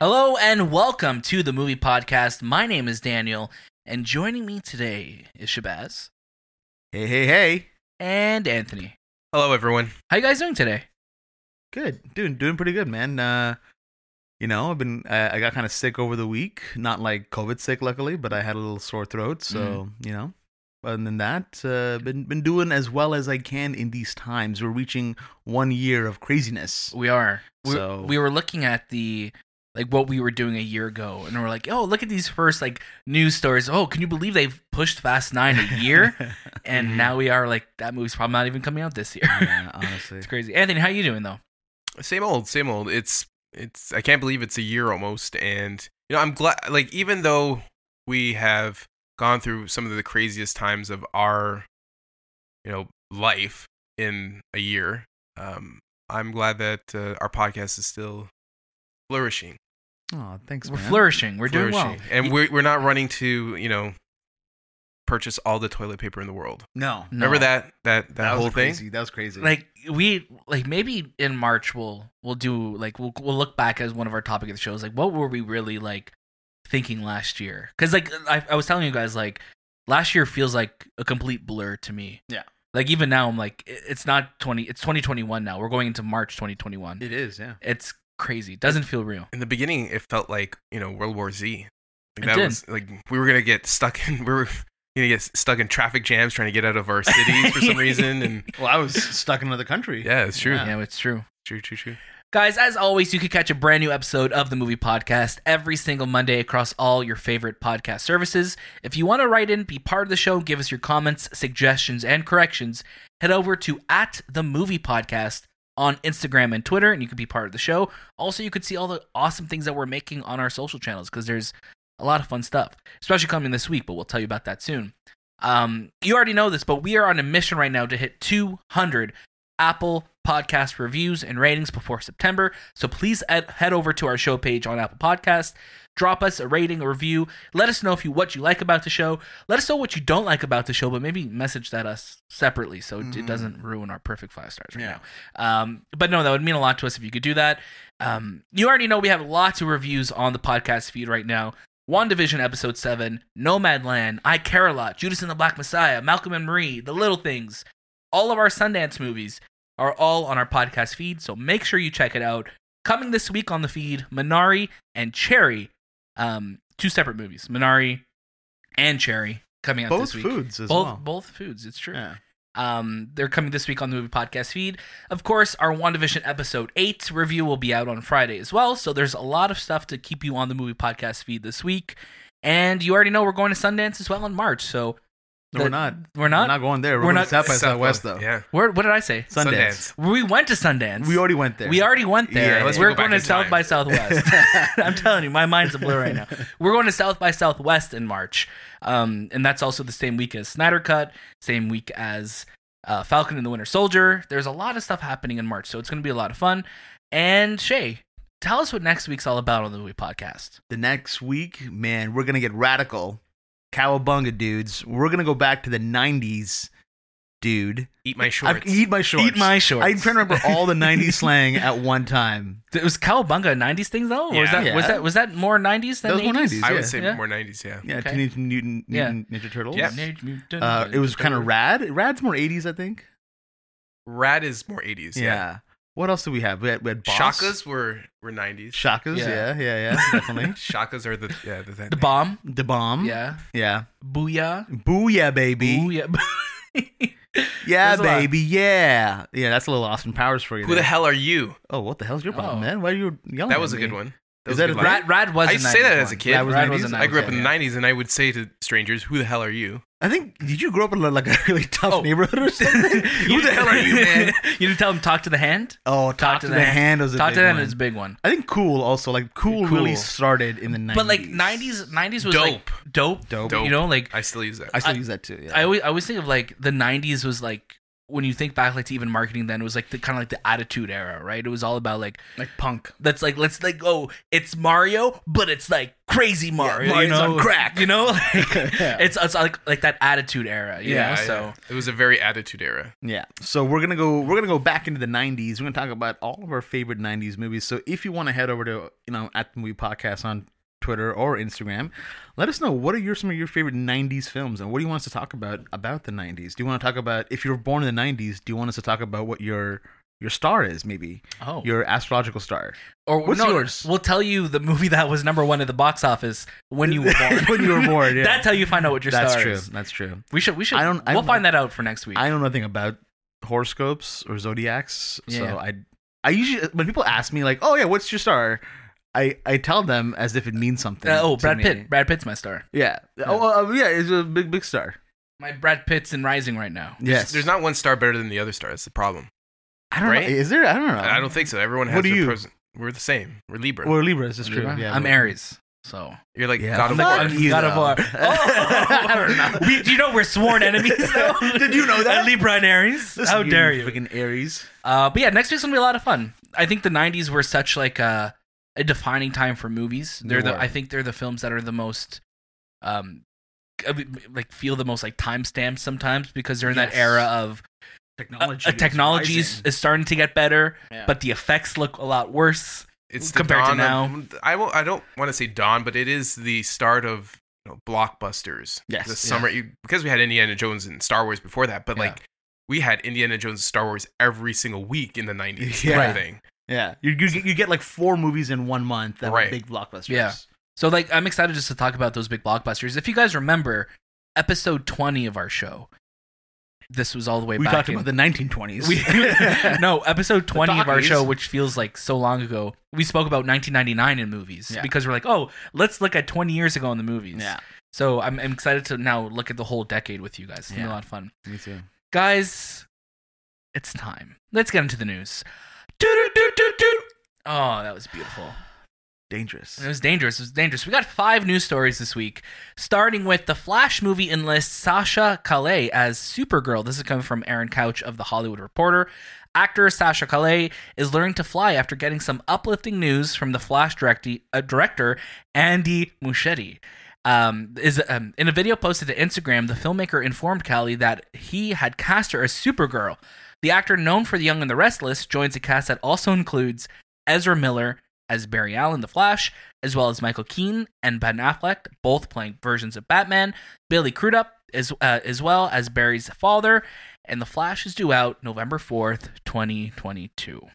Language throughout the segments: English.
Hello and welcome to the movie podcast. My name is Daniel, and joining me today is Shabazz Hey, hey, hey. and Anthony. Hello, everyone. How you guys doing today? Good. Doing doing pretty good, man. Uh you know, I've been uh, I got kind of sick over the week, not like covid sick luckily, but I had a little sore throat, so, you know. Other than that, uh been been doing as well as I can in these times. We're reaching 1 year of craziness. We are. We, So- we were looking at the like what we were doing a year ago, and we're like, oh, look at these first like news stories. Oh, can you believe they've pushed Fast Nine a year? and Mhm. now we are like that movie's probably not even coming out this year. Mm-hmm. yeah, honestly. it's crazy. Anthony, how you doing though? Same old, same old. It's it's I can't believe it's a year almost and you know, I'm glad like even though we have gone through some of the craziest times of our you know, life in a year, um I'm glad that uh, our podcast is still flourishing. Oh, thanks, We're man. flourishing. We're doing well. flourishing. And we're we're not running to, you know, purchase all the toilet paper in the world. no. No. Remember that that that, That was whole thing? crazy. That was crazy. like we like maybe in March we'll we'll do like we'll we'll look back as one of our topic of the shows like what were we really like thinking last year because like I, I was telling you guys like last year feels like a complete blur to me Yeah. like even now I'm like it- it's not twenty it's twenty twenty one now we're going into March twenty twenty one it is, yeah. it's crazy doesn't feel real in the beginning it felt like you know world war z like It that did. was like we were gonna get stuck in we were gonna get stuck in traffic jams trying to get out of our cities for some reason and Well, I was stuck in another country. yeah it's true yeah, it's true. true true true Guys, as always, you can catch a brand new episode of the Movie Podcast every single Monday across all your favorite podcast services. If you want to write in, be part of the show, give us your comments, suggestions, and corrections, head over to at the Movie Podcast on Instagram and Twitter, and you can be part of the show. Also, you can see all the awesome things that we're making on our social channels because there's a lot of fun stuff, especially coming this week, but we'll tell you about that soon. Um, you already know this, but we are on a mission right now to hit 200 Apple podcast reviews and ratings before September. So please ed- head over to our show page on Apple Podcast, drop us a rating, a review. Let us know if you what you like about the show. Let us know what you don't like about the show, but maybe message that us separately so it- it Mhm. doesn't ruin our perfect five stars right Yeah. now. Um, but no, that would mean a lot to us if you could do that. Um, you already know we have lots of reviews on the podcast feed right now. WandaVision Episode 7, Nomadland, I Care a Lot, Judas and the Black Messiah, Malcolm and Marie, The Little Things, all of our Sundance movies are all on our podcast feed, so make sure you check it out. Coming this week on the feed, Minari and Cherry, um, two separate movies, Minari and Cherry, coming out Both this week. foods as both well. both foods, it's true. Yeah. Um, they're coming this week on the movie podcast feed. Of course, our WandaVision episode 8 review will be out on Friday as well. So there's a lot of stuff to keep you on the movie podcast feed this week. And you already know we're going to Sundance as well in March. So No, the- we're not. We're not. not going there. We're, we're going not- to South by South Southwest, by- though. yeah Where, what did I say? Sundance. We went to Sundance. We already went there. We already went there. Yeah, let's we're go going back to in South time. by Southwest. I'm telling you, my mind's a blur right now. We're going to South by Southwest in March, um, and that's also the same week as Snyder Cut, same week as uh, Falcon and the Winter Soldier. There's a lot of stuff happening in March, so it's going to be a lot of fun. And Shay, tell us what next week's all about on the movie podcast. the next week, man, we're gonna get radical, cowabunga, dudes. We're gonna go back to the '90s, dude. eat my shorts I've- eat my shorts. Eat my shorts. I'm trying to remember all the '90s slang at one time. It was Cowabunga a '90s thing though. Or was Yeah. that was Yeah. that was that more '90s than That was more 80s? 90s. i yeah. would say Yeah. more 90s yeah Yeah, Okay. Teenage Mutant, Yeah. Mutant Ninja Turtles. Yeah. Uh, it was kind of rad. Rad's more '80s, I think. rad is more 80s Yeah. yeah, What else did we have? We had, we had Boss. shakas were were 90s Shakas. Yeah. Yeah, yeah, yeah. definitely. shakas are the yeah the, The bomb. The bomb. Yeah. Yeah. Booyah. Booyah, baby. Booyah. Yeah, There's a lot. baby. Yeah. Yeah, that's a little Austin Powers for you. who the there. hell are you Oh, what the hell's your problem, Oh. man? Why are you yelling? that at was a me? good one Is was that good a one. Rad, Rad was. I a used to say 90s that as one. a kid. Rad was Rad 90s? a I grew up 90s, in the yeah. 90s and I would say to strangers, who the hell are you? I think. Did you grow up in like a really tough Oh. neighborhood or something? Who the hell are you, man? you didn't tell him talk to the hand. Oh, talk, to, the, hand was a Talk big to the hand one. is a big one. I think cool also like cool, really Cool. started in the nineties. But like nineties, nineties was like dope, Dope. You know, like I still use that. I still use that too. Yeah. I always, I always think of like the nineties was like when you think back like to even marketing then it was like the kind of like the attitude era right it was all about like like punk. that's like let's like oh it's mario but it's like crazy mario you Mario's know on crack. you know like, Yeah. it's it's like like that attitude era you Yeah, know so it was a very attitude era. Yeah. So we're gonna go. We're gonna go back into the '90s. We're gonna talk about all of our favorite '90s movies. So if you want to head over to you know at the movie podcast on Twitter or Instagram, let us know what are your some of your favorite '90s films and what do you want us to talk about about the '90s. Do you want to talk about if you were born in the '90s? Do you want us to talk about what your your star is maybe oh your astrological star or what's no, yours? we'll tell you the movie that was number one at the box office when you were born when you were born. Yeah. that's how you find out what your That's star true. is That's true. we should we should I don't- I we'll don't- find that out for next week I know nothing about horoscopes or zodiacs, Yeah. so I I usually when people ask me like, "Oh yeah, what's your star?" I I tell them as if it means something. Uh, oh to brad me. pitt brad pitt's my star Yeah. Oh uh, yeah, it's a big big star. my brad pitt's in rising right now Yes. There's not one star better than the other star. That's the problem. I don't right? know. Is there? I don't know. I don't think so. Everyone has What do their you- pros. We're the same. We're Libra. We're Libras. That's true. Yeah. Yeah. i'm we're- aries so You're like Yeah. God of Fuck War. I'm God of though. War. I Oh, don't know. We, do you know we're sworn enemies? Though? Did you know that? Libra and Aries. Listen, How dare you? Freaking Aries. Uh, but yeah, next week's gonna be a lot of fun. I think the '90s were such like a, a defining time for movies. They They're the were. I think they're the films that are the most, um, I mean, like feel the most like time stamped sometimes because they're in that Yes. era of technology, uh, technology is, is starting to get better, Yeah. but the effects look a lot worse. It's compared to the dawn of- I won't. I don't want to say dawn, but it is the start of you know, blockbusters. Yes. the Yeah. summer you, because we had Indiana Jones and Star Wars before that, but Yeah. like we had Indiana Jones and Star Wars every single week in the nineties. Yeah. Yeah, Right. Yeah. You, you you get like four movies in one month that Right. were big blockbusters. Yeah. So like I'm excited just to talk about those big blockbusters. If you guys remember episode 20 of our show, this was all the way We back talked in- about the 1920s. We, no, episode 20 of our talkies. show, which feels like so long ago, we spoke about 1999 in movies Yeah. because we're like, oh, let's look at 20 years ago in the movies. yeah. So I'm, I'm excited to now look at the whole decade with you guys. It's going to be Yeah. a lot of fun. Me too. Guys, it's time. Let's get into the news. Doo-doo-doo-doo-doo. Oh, that was beautiful. Dangerous. It was dangerous. It was dangerous. We got five news stories this week, starting with the Flash movie enlists Sasha Calais as Supergirl. This is coming from Aaron Couch of The Hollywood Reporter. Actor Sasha Calais is learning to fly after getting some uplifting news from the Flash directi- uh, director Andy Muschietti. Um, is um, in a video posted to Instagram, the filmmaker informed Callie that he had cast her as Supergirl. The actor, known for The Young and the Restless, joins a cast that also includes Ezra Miller as Barry Allen, The Flash, as well as Michael Keaton and Ben Affleck, both playing versions of Batman. Billy Crudup as uh, as well as Barry's father, and The Flash is due out November fourth, twenty twenty two.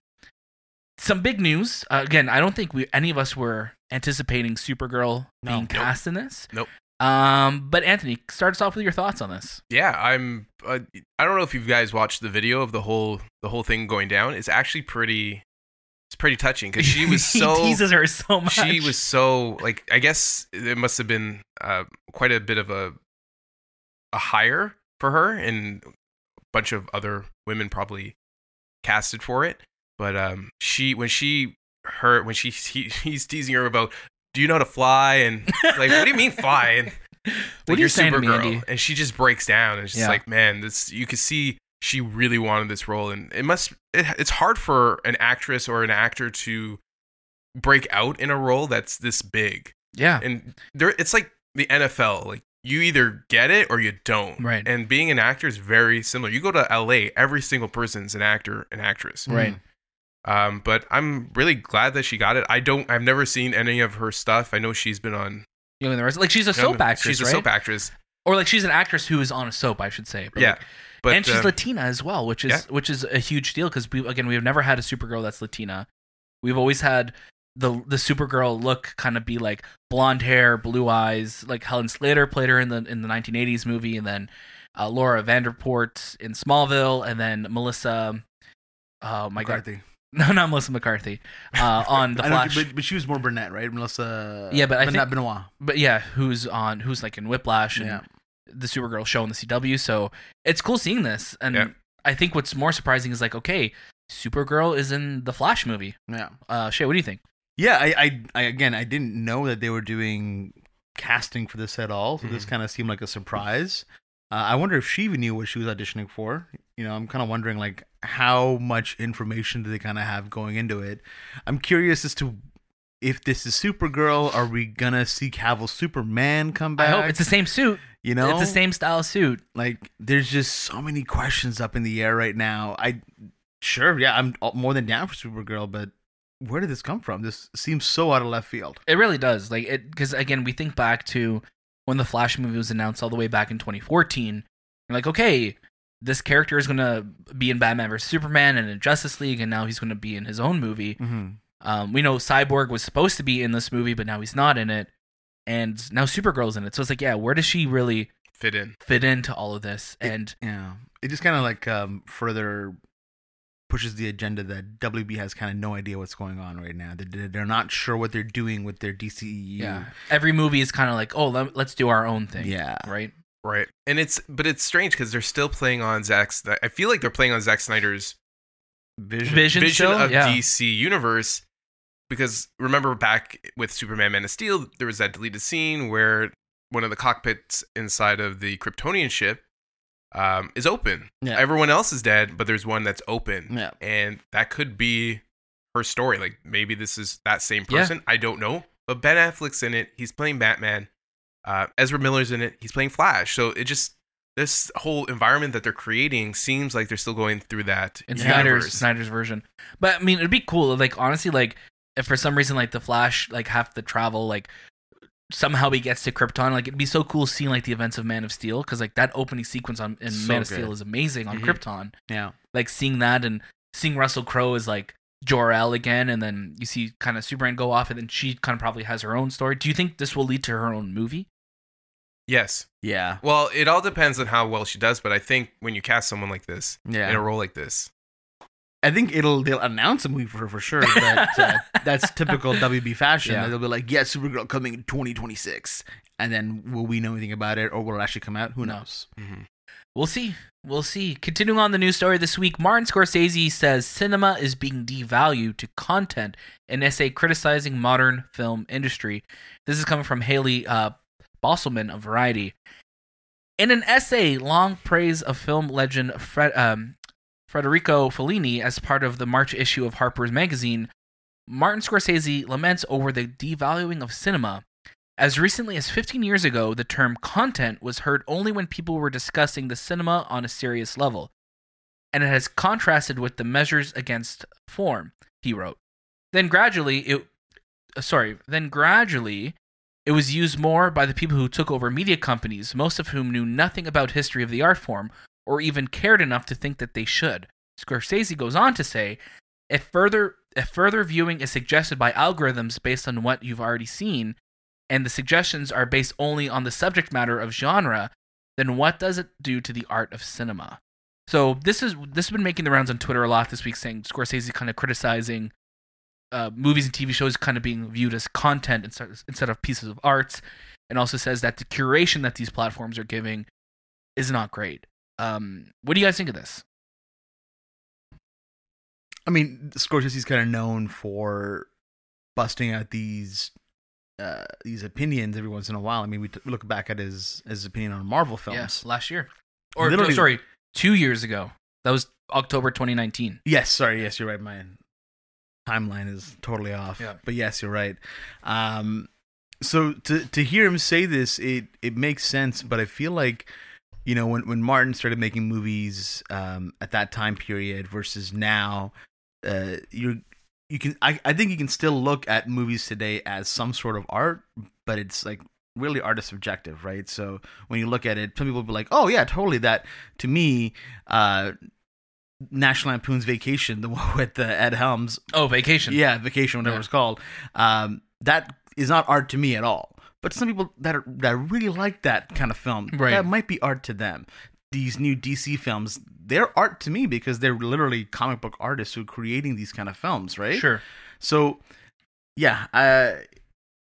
Some big news. Uh, again, I don't think we any of us were anticipating Supergirl No. being Nope. cast in this. Nope. Um, but Anthony, start us off with your thoughts on this. yeah. I'm. Uh, I don't know if you guys watched the video of the whole the whole thing going down. It's actually pretty. It's pretty touching because she was he so. teases her so much. she was so like i guess it must have been uh, quite a bit of a a hire for her and a bunch of other women probably casted for it but um she when she her when she he, he's teasing her about do you know how to fly and like what do you mean fly and What like, are you you're saying to me, Supergirl. Andy? and she just breaks down and she's Yeah. like man this you could see she really wanted this role and it must it, it's hard for an actress or an actor to break out in a role that's this big Yeah. and there it's like the NFL like you either get it or you don't Right. and being an actor is very similar you go to LA every single person's an actor and actress Right. Hmm. Mm. um, but I'm really glad that she got it I don't I've never seen any of her stuff I know she's been on You know, the rest, like she's a soap actress, she's a right? soap actress or like she's an actress who is on a soap, I should say. But, yeah like- but and she's um, Latina as well, which is yeah. which is a huge deal because we again we have never had a Supergirl that's Latina. We've always had the the Supergirl look kind of be like blonde hair, blue eyes, like Helen Slater played her in the in the 1980s movie, and then uh, Laura Vanderport in Smallville, and then Melissa. Oh my god! McCarthy. No, not Melissa McCarthy uh, on the I know, Flash. but, but she was more brunette, right? Melissa. Yeah, but I Benoit, think- Benoit. but yeah, who's on who's like in Whiplash and Yeah. the Supergirl show on the CW. So it's cool seeing this. And Yeah. I think what's more surprising is like, okay, Supergirl is in the Flash movie. Yeah. Uh, Shay, what do you think? Yeah. I, I, I again, I didn't Mm-hmm. know that they were doing casting for this at all. So this kind of seemed like a surprise. Uh, I wonder if she even knew what she was auditioning for. You know, I'm kind of wondering like how much information do they kind of have going into it. I'm curious as to if this is Supergirl. Are we gonna see Cavill Superman come I back? hope it's the same suit. you know, It's the same style suit. like there's just so many questions up in the air right now i sure yeah i'm all- more than down for supergirl but where did this come from this seems so out of left field It really does. Like it because again, we think back to when the Flash movie was announced all the way back in 2014. You're like, okay, this character is gonna be in Batman vs Superman and in Justice League, and now he's gonna be in his own movie. mm-hmm. Um, we know Cyborg was supposed to be in this movie, but now he's not in it, and now Supergirl's in it. So it's like, yeah, where does she really fit in. fit into all of this? And yeah it just kind of like um further pushes the agenda that wb has kind of no idea what's going on right now they're, they're not sure what they're doing with their E dceu yeah, every movie is kind of like, oh, let, let's do our own thing. yeah Right. Right. And it's but it's strange because they're still playing on Zack. Sny- I feel like they're playing on Zack Snyder's vision, Vision, vision still? of yeah. DC universe. Because remember back with Superman Man of Steel, there was that deleted scene where one of the cockpits inside of the Kryptonian ship um, is open. Yeah. Everyone else is dead, but there's one that's open. yeah And that could be her story. Like maybe this is that same Yeah. person. I don't know. But Ben Affleck's in it. He's playing Batman. Uh, Ezra Miller's in it. He's playing Flash. So it just this whole environment that they're creating seems like they're still going through that. in Yeah. Snyder's universe. Snyder's version. But I mean, it'd be cool. Like honestly, like if for some reason like the Flash like have to travel, like somehow he gets to Krypton. Like it'd be so cool seeing like the events of Man of Steel because like that opening sequence on in So Man of good. Mm-hmm. Steel is amazing on Mhm. Krypton. yeah Like seeing that and seeing Russell Crowe as like Jor El again, and then you see kind of Superman go off, and then she kind of probably has her own story. Do you think this will lead to her own movie? Yes. yeah Well, it all depends on how well she does, but I think when you cast someone like this yeah in a role like this, I think it'll they'll announce a movie for for sure, but uh, that's typical WB fashion. Yeah. They'll be like, "Yeah, Supergirl coming in 2026," and then will we know anything about it, or will it actually come out? Who No. knows? mm-hmm. We'll see. We'll see. Continuing on the news story this week, Martin Scorsese says cinema is being devalued to content. An essay criticizing modern film industry. This is coming from Haley uh, Bosselman of Variety. In an essay, long praise of film legend Fred, um, Federico Fellini as part of the March issue of Harper's Magazine, Martin Scorsese laments over the devaluing of cinema. As recently as 15 years ago, the term content was heard only when people were discussing the cinema on a serious level, and it has contrasted with the measures against form, he wrote. Then gradually, it uh, sorry, then gradually it was used more by the people who took over media companies, most of whom knew nothing about history of the art form or even cared enough to think that they should. Scorsese goes on to say, if further if further viewing is suggested by algorithms based on what you've already seen, and the suggestions are based only on the subject matter of genre, then what does it do to the art of cinema? So this is this has been making the rounds on Twitter a lot this week, saying Scorsese kind of criticizing uh, movies and TV shows kind of being viewed as content instead instead of pieces of art, and also says that the curation that these platforms are giving is not great. Um, what do you guys think of this? I mean, Scorsese's kind of known for busting out these uh, these opinions every once in a while. I mean, we, t- we look back at his his opinion on Marvel films. Yes, last year, or no, Literally- sorry, two years ago. That was October 2019. Yes, sorry. Yes, you're right. My timeline is totally off. Yeah. But yes, you're right. Um, so to to hear him say this, it it makes sense. But I feel like you know when when Martin started making movies um, at that time period versus now, uh, you're you can I, I think you can still look at movies today as some sort of art, but it's like really art is subjective, right? So when you look at it, some people be like, "Oh yeah, totally." That to me, uh, National Lampoon's Vacation, the one with uh, Ed Helms, Oh, vacation. yeah, Vacation, whatever Yeah. it's called, um, that is not art to me at all. But some people that are, that really like that kind of film, Right. that might be art to them. These new DC films, they're art to me because they're literally comic book artists who are creating these kind of films, right? sure. So, yeah, uh,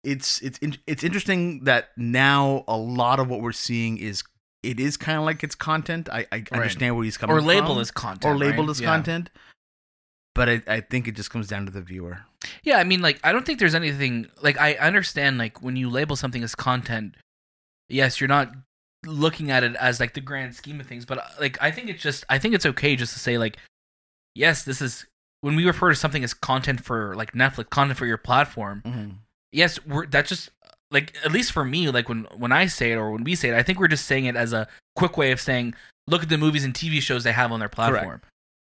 it's it's in, it's interesting that now a lot of what we're seeing is it is kind of like it's content. I, I understand where he's coming Or from, label as content. or labeled right? as Yeah. content. But I, I think it just comes down to the viewer. Yeah, I mean, like, I don't think there's anything. Like, I understand, like, when you label something as content, yes, you're not looking at it as like the grand scheme of things, but uh, like I think it's just I think it's okay just to say like yes, this is when we refer to something as content for like Netflix, content for your platform. Mm-hmm. Yes, we're that's just like at least for me, like when when I say it or when we say it, I think we're just saying it as a quick way of saying look at the movies and TV shows they have on their platform.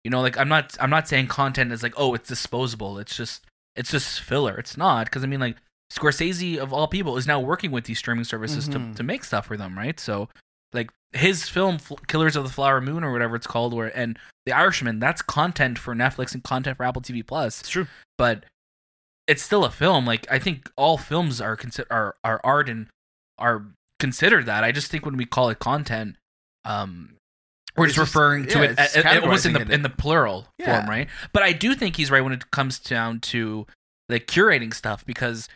You know, like I'm not I'm not saying content is like oh it's disposable. It's just it's just filler. It's not because I mean like Scorsese of all people is now working with these streaming services Mhm. to to make stuff for them, right? So like his film Fl- Killers of the Flower Moon or whatever it's called, where and The Irishman, that's content for Netflix and content for Apple TV Plus It's true. but it's still a film. Like I think all films are consi- are are art and are considered that. I just think when we call it content, um, we're It's just, just- referring to yeah, it it's a- a- almost in categorizing the it. in the plural Yeah. form, right? But I do think he's right when it comes down to like curating stuff because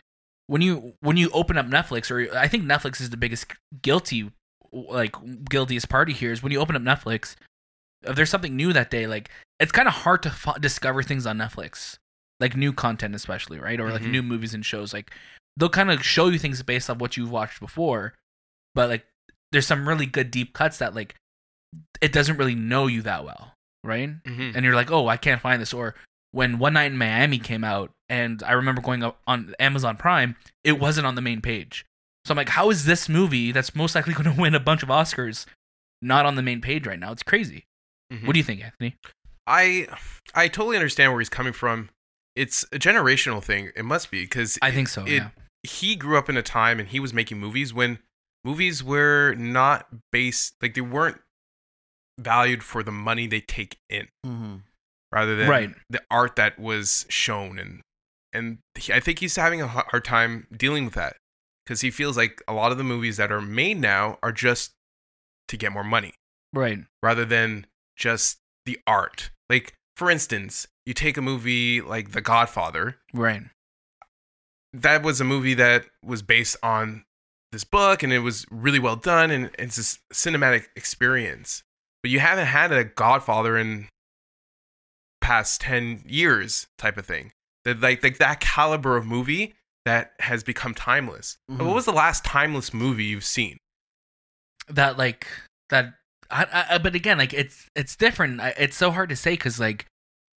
when you when you open up Netflix or I think Netflix is the biggest guilty like guiltiest party here is when you open up Netflix if there's something new that day like it's kind of hard to f- discover things on Netflix like new content especially right or like Mhm. new movies and shows like they'll kind of show you things based off what you've watched before but like there's some really good deep cuts that like it doesn't really know you that well right Mm-hmm. and you're like, oh, I can't find this. Or when One Night in Miami came out, and I remember going up on Amazon Prime, it wasn't on the main page. So I'm like, how is this movie that's most likely going to win a bunch of Oscars not on the main page right now? It's crazy. Mm-hmm. What do you think, Anthony? I I totally understand where he's coming from. It's a generational thing. It must be because I think so. it- yeah. he grew up in a time and he was making movies when movies were not based like they weren't valued for the money they take in Mm-hmm. rather than Right. the art that was shown and and he, I think he's having a h- hard time dealing with that because he feels like a lot of the movies that are made now are just to get more money Right. rather than just the art. Like for instance, you take a movie like The Godfather. Right. That was a movie that was based on this book and it was really well done and it's this cinematic experience. But you haven't had a Godfather in past 10 years type of thing. That like like that caliber of movie that has become timeless. Mhm. Mm-hmm. What was the last timeless movie you've seen? That like that. I, I, I- but again, like it's it's different. I, it's so hard to say because like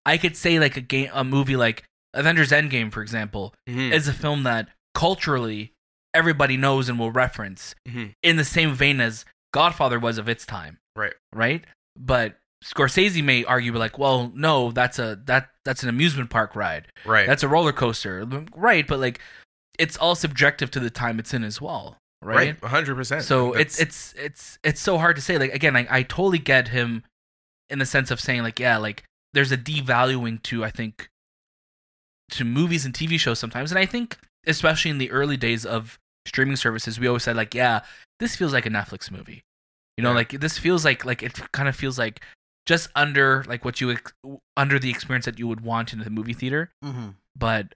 I could say like a game, a movie like Avengers Endgame, for example, Hmm. is a film that culturally everybody knows and will reference Mhm. in the same vein as Godfather was of its time. Right. Right? But Scorsese may argue like, well, no, that's a that that's an amusement park ride. Right. That's a roller coaster. Right, but like it's all subjective to the time it's in as well. Right. right. 100%. So That's- it's it's it's it's so hard to say. Like again, like, I totally get him in the sense of saying like yeah, like there's a devaluing to I think to movies and TV shows sometimes, and I think especially in the early days of streaming services, we always said like yeah, this feels like a Netflix movie. You know, Yeah. like this feels like like it kind of feels like just under like what you ex- under the experience that you would want in the movie theater Mm-hmm. but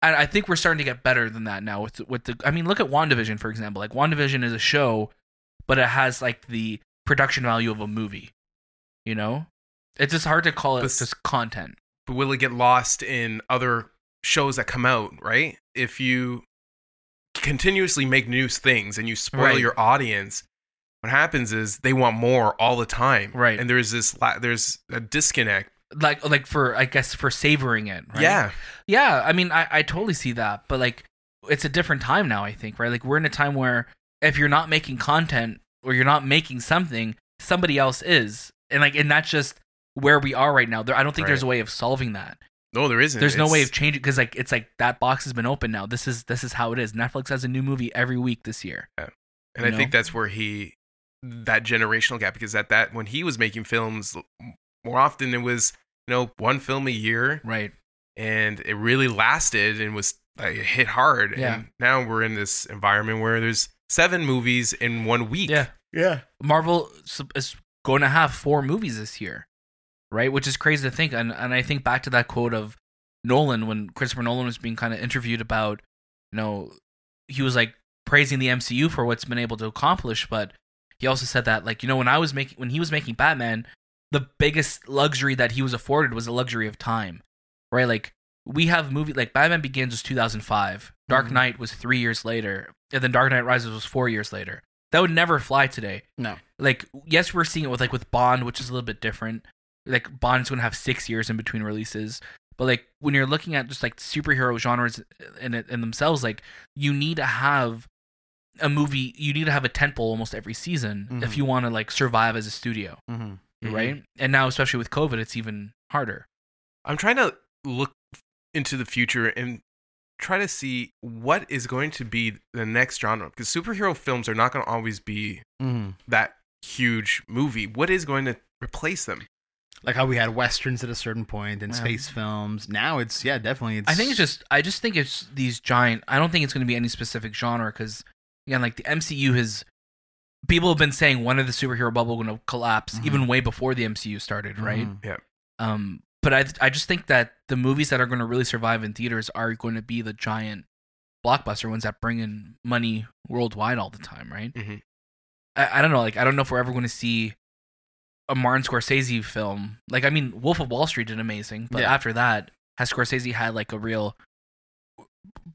I, I think we're starting to get better than that now with with the I mean look at WandaVision for example like WandaVision is a show but it has like the production value of a movie you know it's just hard to call it This- just content but will it get lost in other shows that come out right if you continuously make new things and you spoil Right. your audience what happens is they want more all the time Right. and there's this la- there's a disconnect like like for I guess for savoring it right? yeah Yeah, I mean, I, I totally see that, but like, it's a different time now. I think, right? Like, we're in a time where if you're not making content or you're not making something, somebody else is, and like, and that's just where we are right now. There, I don't think there's Right. a way of solving that. no there isn't There's no way of It's- changing because like, it's like that box has been open now. This is this is how it is. Netflix has a new movie every week this year. and you i think know? that's where he that generational gap because at that when he was making films more often it was you know one film a year Right. and it really lasted and was like, it hit hard. Yeah. And now we're in this environment where there's seven movies in one week. Yeah. Yeah. Marvel s- is going to have four movies this year, right? Which is crazy to think. And and I think back to that quote of Nolan when Christopher Nolan was being kind of interviewed about, you know, he was like praising the MCU for what's been able to accomplish, but he also said that like you know when I was making when he was making Batman, the biggest luxury that he was afforded was the luxury of time, right? Like we have movie like Batman Begins was 2005, Dark Mhm. Knight was three years later, and then Dark Knight Rises was four years later. That would never fly today. No. Like, yes, we're seeing it with like with Bond, which is a little bit different. Like Bond's gonna have six years in between releases. But like when you're looking at just like superhero genres in it in themselves, like you need to have a movie you need to have a tentpole almost every season if Mhm. you want to like survive as a studio Mm-hmm. right and now especially with covid it's even harder I'm trying to look into the future and try to see what is going to be the next genre because superhero films are not going to always be Mm-hmm. that huge movie. What is going to replace them? Like how we had westerns at a certain point and Yeah. space films. Now it's yeah, definitely. It's, i think it's just i just think it's these giant i don't think it's going to be any specific genre because again like the mcu has people have been saying when are the superhero bubble going to collapse Mhm. even way before the mcu started right Mhm. um but i i just think that the movies that are going to really survive in theaters are going to be the giant blockbuster ones that bring in money worldwide all the time right Mhm. I, I don't know like i don't know if we're ever going to see a martin scorsese film like i mean wolf of wall street did amazing but Yeah. after that has scorsese had like a real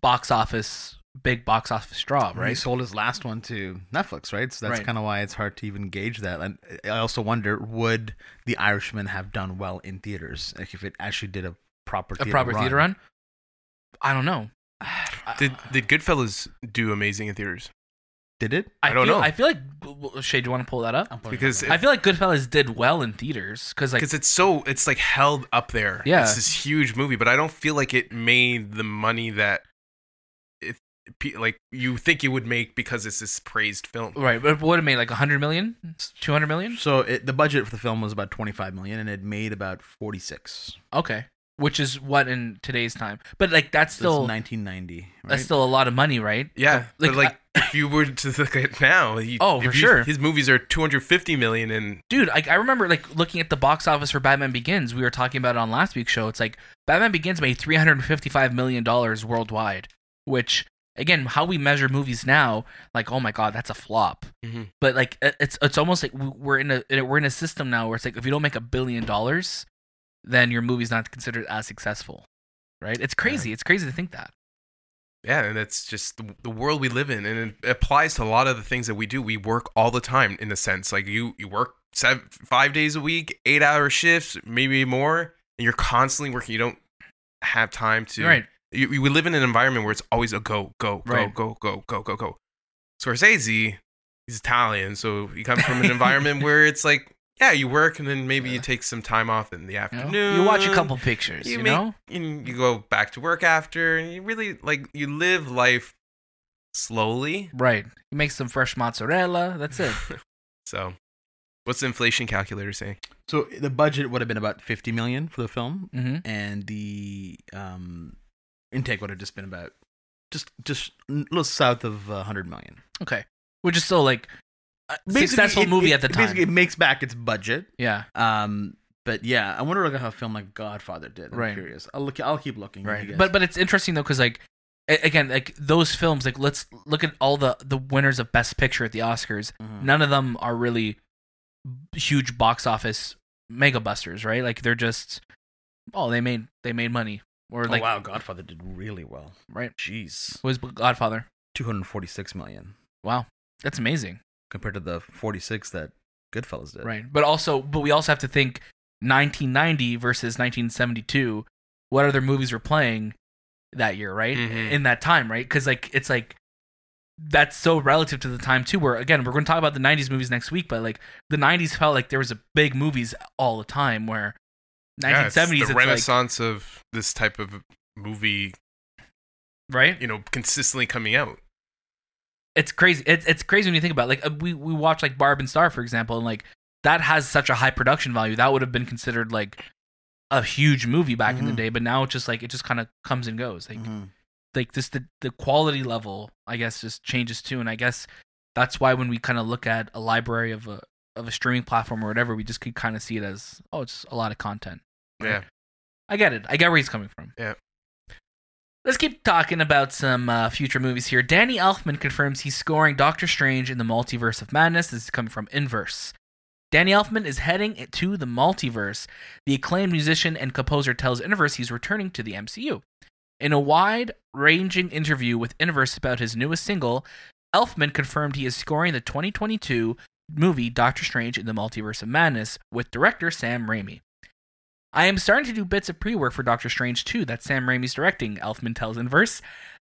box office big box office draw He right sold his last one to Netflix, right? So that's Right. kind of why it's hard to even gauge that. And I also wonder would The Irishman have done well in theaters like if it actually did a proper a theater proper theater run i don't know Did did Goodfellas do amazing in theaters? Did it? i, I don't feel, know. i feel like shay do you want to pull that up Because I feel like Goodfellas did well in theaters because like Because it's so it's like held up there. Yeah. it's this huge movie, but I don't feel like it made the money that it pe- like you think it would make because it's this praised film. right, but what it made like 100 million, 200 million. so it, the budget for the film was about 25 million and it made about 46. Okay, which is what in today's time, but like that's So it's still 1990, right? that's still a lot of money, right? Yeah, uh, Like, but like if you were to look at it now, he, Oh, for if you- sure. his movies are 250 million, and Dude, like I remember like looking at the box office for Batman Begins. We were talking about it on last week's show. It's like Batman Begins made 355 million dollars worldwide, which again, how we measure movies now, like oh my god, that's a flop. Mhm. But like it- it's it's almost like we- we're in a we're in a system now where it's like if you don't make a billion dollars, then your movie's not considered as successful, right? It's crazy. It's crazy to think that. yeah, and that's just the, the world we live in, and it applies to a lot of the things that we do. We work all the time, in a sense, like you you work seven, five days a week, eight hour shifts, maybe more, and you're constantly working. You don't have time to. You're right. You, you- we live in an environment where it's always a go, go, go, Right. go, go, go, go, go. Scorsese, he's Italian, so he comes from an environment where it's like, yeah, you work and then maybe Yeah. you take some time off in the You, know? afternoon. You watch a couple pictures, you, you make- know. and you go back to work after and you really like you live life slowly Right. You make some fresh mozzarella. That's it. so what's the inflation calculator saying so the budget would have been about 50 million for the film hmm and the um, intake would have just been about just just a little south of uh, 100 million. Okay. Which is still like a Basically, successful it- movie it- at the it time. Basically, it makes back its budget. yeah. Um, but yeah, I wonder like how a film like Godfather did. I'm Right. curious. I'll look. I'll keep looking. I guess. But but it's interesting though because like a- again like those films like let's look at all the the winners of Best Picture at the Oscars. Mhm. None of them are really huge box office mega busters, right? Like they're just oh they made they made money or Oh, like wow, Godfather did really well. right. Jeez, It was Godfather. two hundred forty-six million Wow, that's amazing. compared to the forty-six that Goodfellas did. Right. But also, but we also have to think 1990 versus 1972. What other movies were playing that year, right? Mhm. In that time, right? Because like it's like that's so relative to the time too. Where again, we're going to talk about the 90s movies next week, but like the 90s felt like there was a big movies all the time. Where 1970s, Yeah, it's it's like- the renaissance of this type of movie right? you know consistently coming out it's crazy. It's it's crazy when you think about it. like uh, we we watch like Barb and Star for example, and like that has such a high production value that would have been considered like a huge movie back in the Mm-hmm. Mhm. day. But now it's just like it just kind of comes and goes. Like Mhm. like just the the quality level, I guess, just changes too. And I guess that's why when we kind of look at a library of a of a streaming platform or whatever, we just could kind of see it as oh, it's a lot of content. yeah I get it. I get where he's coming from. Yeah. Let's keep talking about some uh, future movies here. Danny Elfman confirms he's scoring Doctor Strange in the Multiverse of Madness. This is coming from Inverse. Danny Elfman is heading to the multiverse. The acclaimed musician and composer tells Inverse he's returning to the MCU. In a wide ranging interview with Inverse about his newest single, Elfman confirmed he is scoring the 2022 movie Doctor Strange in the Multiverse of Madness with director Sam Raimi. I am starting to do bits of pre work for Doctor Strange 2 that Sam Raimi's directing, Elfman tells Inverse.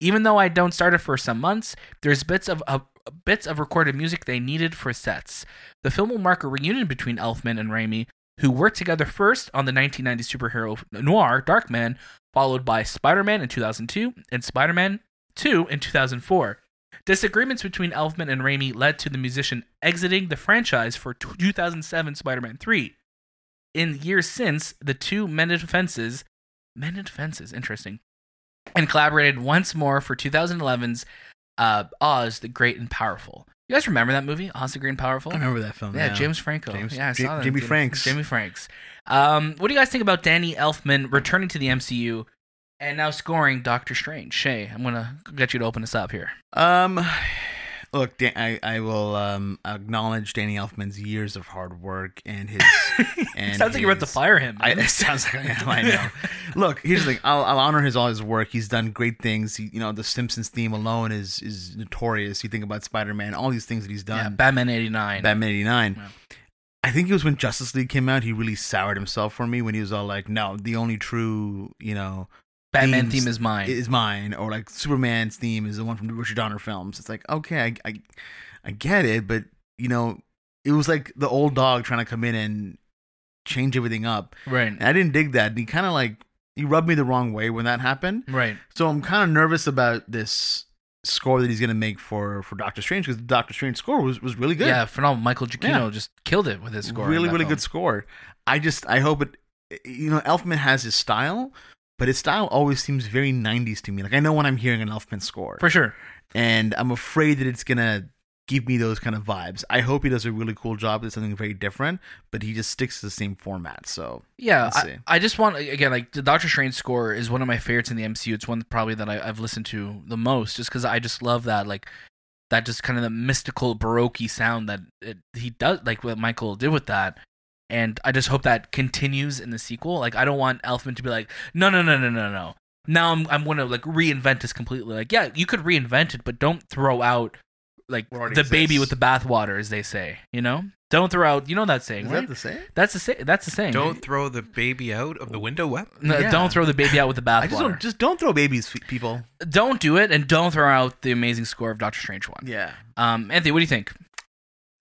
Even though I don't start it for some months, there's bits of uh, bits of recorded music they needed for sets. The film will mark a reunion between Elfman and Raimi, who worked together first on the 1990 superhero noir Darkman, followed by Spider-Man in 2002 and Spider-Man 2 in 2004. Disagreements between Elfman and Raimi led to the musician exiting the franchise for 2007 Spider-Man 3. In years since, the two mended fences, mended fences, interesting, and collaborated once more for 2011's uh, Oz the Great and Powerful. You guys remember that movie, Oz the Great and Powerful? I remember that film. Yeah, James Franco. James- yeah, I J- saw that. Jimmy Franks. Jimmy Franks. Um, what do you guys think about Danny Elfman returning to the MCU and now scoring Doctor Strange? Shay, I'm gonna get you to open us up here. Um, look, Dan- I I will um acknowledge Danny Elfman's years of hard work and his. and Sounds like you're about to his- fire him. I, man. it sounds like I am. I know. Look, here's the thing. I'll, I'll honor his all his work. He's done great things. He, you know, the Simpsons theme alone is is notorious. You think about Spider Man, all these things that he's yeah, done. Batman '89. Batman '89. Yeah. I think it was when Justice League came out. He really soured himself for me when he was all like, "No, the only true, you know, Batman themes theme is mine. is mine," or like Superman's theme is the one from the Richard Donner films. It's like, okay, I, I, I get it, but you know, it was like the old dog trying to come in and change everything up. right. And I didn't dig that. And he kind of like he rubbed me the wrong way when that happened. Right. So I'm kind of nervous about this score that he's gonna make for for Doctor Strange because the Doctor Strange score was was really good. Yeah, phenomenal. Michael Giacchino just killed it with his score. in really that really film. good score. I just I hope it. You know, Elfman has his style. But his style always seems very 90s to me. Like I know when I'm hearing an Elfman score, for sure. and I'm afraid that it's gonna give me those kind of vibes. I hope he does a really cool job with something very different, but he just sticks to the same format. So Yeah, Let's see. I, I just want again like the Doctor Strange score is one of my favorites in the MCU. It's one probably that I, I've listened to the most, just because I just love that like that just kind of the mystical baroque sound that it, he does, like what Michael did with that. And I just hope that continues in the sequel. Like I don't want Elfman to be like, no, no, no, no, no, no. Now I'm I'm gonna like reinvent this completely. Like yeah, you could reinvent it, but don't throw out like the What already baby exists. with the bathwater, as they say. You know, don't throw out. You know that saying, is right? that the same? that's the say- that's the saying. Don't throw the baby out of the window well. Oh. No, Yeah. Don't throw the baby out with the I just bathwater. don't just don't throw babies, fe- people. Don't, do it, and don't throw out the amazing score of Doctor Strange one. Yeah, Um, Anthony, what do you think?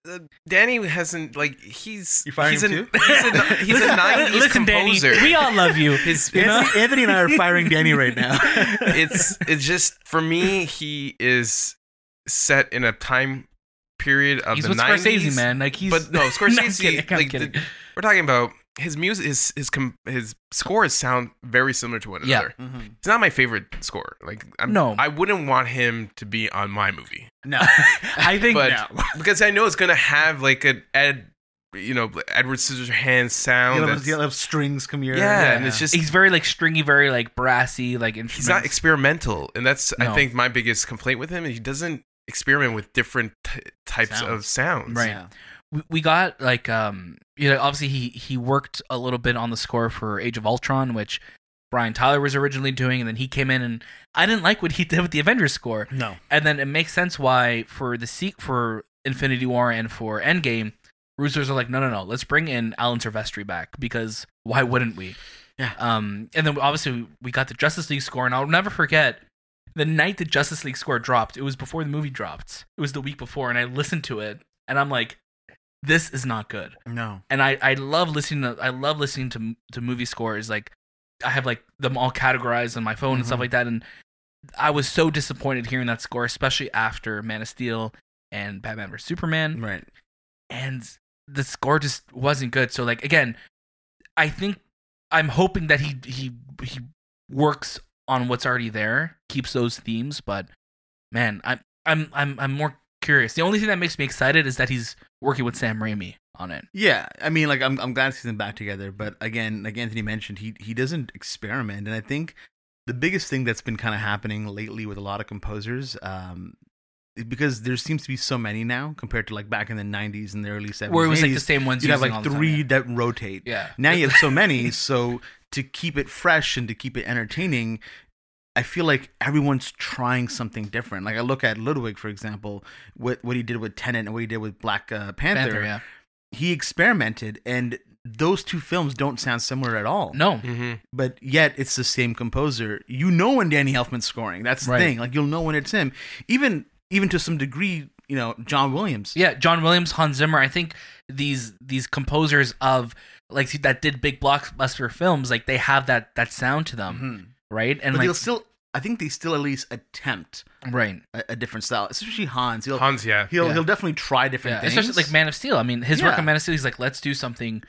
Uh, Danny hasn't like he's You firing he's him an, too? He's a, he's a Listen- '90s listen, Danny, composer. we all love you. his, You know? Anthony, Anthony and I are firing Danny right now. it's it's just for me he is set in a time period of he's the with 90s Scorsese, man. Like he's. but no I'm Scorsese kidding, I'm like the- kidding. we're talking about his music his his com- his scores sound very similar to one Yeah. another Mm-hmm. it's not my favorite score like I'm, No. I wouldn't want him to be on my movie No, I think but no. because I know it's gonna have like an Ed you know Edward Scissorhands sound you'll have, that's- you'll have strings come your yeah, and it's just he's very like stringy, very like brassy, like instruments. he's not experimental and that's No. i think my biggest complaint with him is he doesn't experiment with different t- types of sounds Right. Yeah. we- we got like um you know obviously he he worked a little bit on the score for Age of Ultron which Brian Tyler was originally doing and then he came in and I didn't like what he did with the Avengers score No, and then it makes sense why for the seek for Infinity War and for Endgame Roosters are like no no no let's bring in Alan Silvestri back because why wouldn't we Yeah. um and then obviously we got the Justice League score and I'll never forget the night the Justice League score dropped, it was before the movie dropped. It was the week before, and I listened to it, and I'm like, this is not good. no. And I, I love listening to I love listening to to movie scores. Like I have like them all categorized on my phone and stuff Mhm. like that. And I was so disappointed hearing that score, especially after Man of Steel and Batman vs Superman Right. and the score just wasn't good. So like again, I think I'm hoping that he he he works on what's already there, keeps those themes, but man, I'm I'm I'm I'm more curious. The only thing that makes me excited is that he's working with Sam Raimi on it. Yeah, I mean, like I'm, I'm glad to see them back together, but again, like Anthony mentioned, he he doesn't experiment, and I think the biggest thing that's been kind of happening lately with a lot of composers, um, because there seems to be so many now compared to like back in the '90s and the early '70s, Where it was like the 80s, same ones you'd have using all like the time, three that rotate. Yeah. now you have so many so to keep it fresh and to keep it entertaining I feel like everyone's trying something different. Like I look at Ludwig, for example, what what he did with Tenet and what he did with Black uh, Panther. Panther, yeah. He experimented, and those two films don't sound similar at all. No. Mm-hmm. but yet it's the same composer. You know when Danny Elfman's scoring. That's the Right. thing. Like you'll know when it's him. Even even to some degree, you know John Williams. Yeah, John Williams, Hans Zimmer. I think these these composers of like that did big blockbuster films, like they have that that sound to them, Mhm. right? Mm-hmm. And but like they'll still. I think they still at least attempt right, a, a different style, especially Hans. He'll Hans, yeah. he'll Yeah. he'll definitely try different yeah. things. Especially like Man of Steel. I mean, his work Yeah. on Man of Steel, he's like, let's do something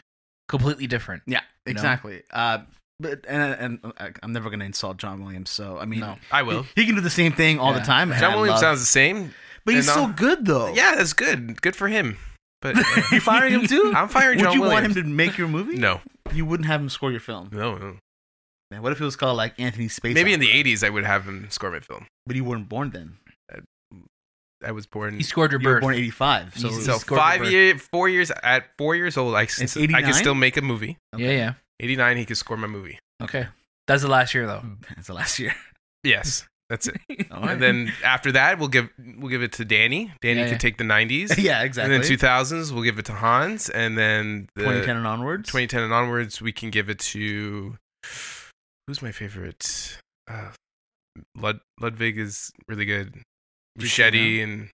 completely different. Yeah, you know? exactly. Uh, but and, and uh, I'm never gonna insult John Williams. So I mean, No. I he, will. he can do the same thing all Yeah. the time. and John I Williams love- sounds the same. but he's and, so uh, good though. Yeah, that's good. Good for him. But you firing him too? I'm firing Would John you Williams. want him to make your movie? No, you wouldn't have him score your film. no, no. Man, what if it was called like Anthony Space? Maybe in the Opera? '80s, I would have him score my film. But you weren't born then. I was born. He scored your You were birth. born eighty five. So, Easy. So scored five Bird. year, four years at four years old, I, s- I 89? can still make a movie. Yeah, yeah. '89, he could score my movie. Okay, that's the last year though. that's the last year. Yes, that's it. All right. and then after that, we'll give we'll give it to Danny. Danny Yeah, can yeah. take the '90s. yeah, exactly. And then 2000s, we'll give it to Hans, and then the twenty ten and onwards. 2010 and onwards, we can give it to who's my favorite? Uh, Lud- Ludwig is really good. Machete and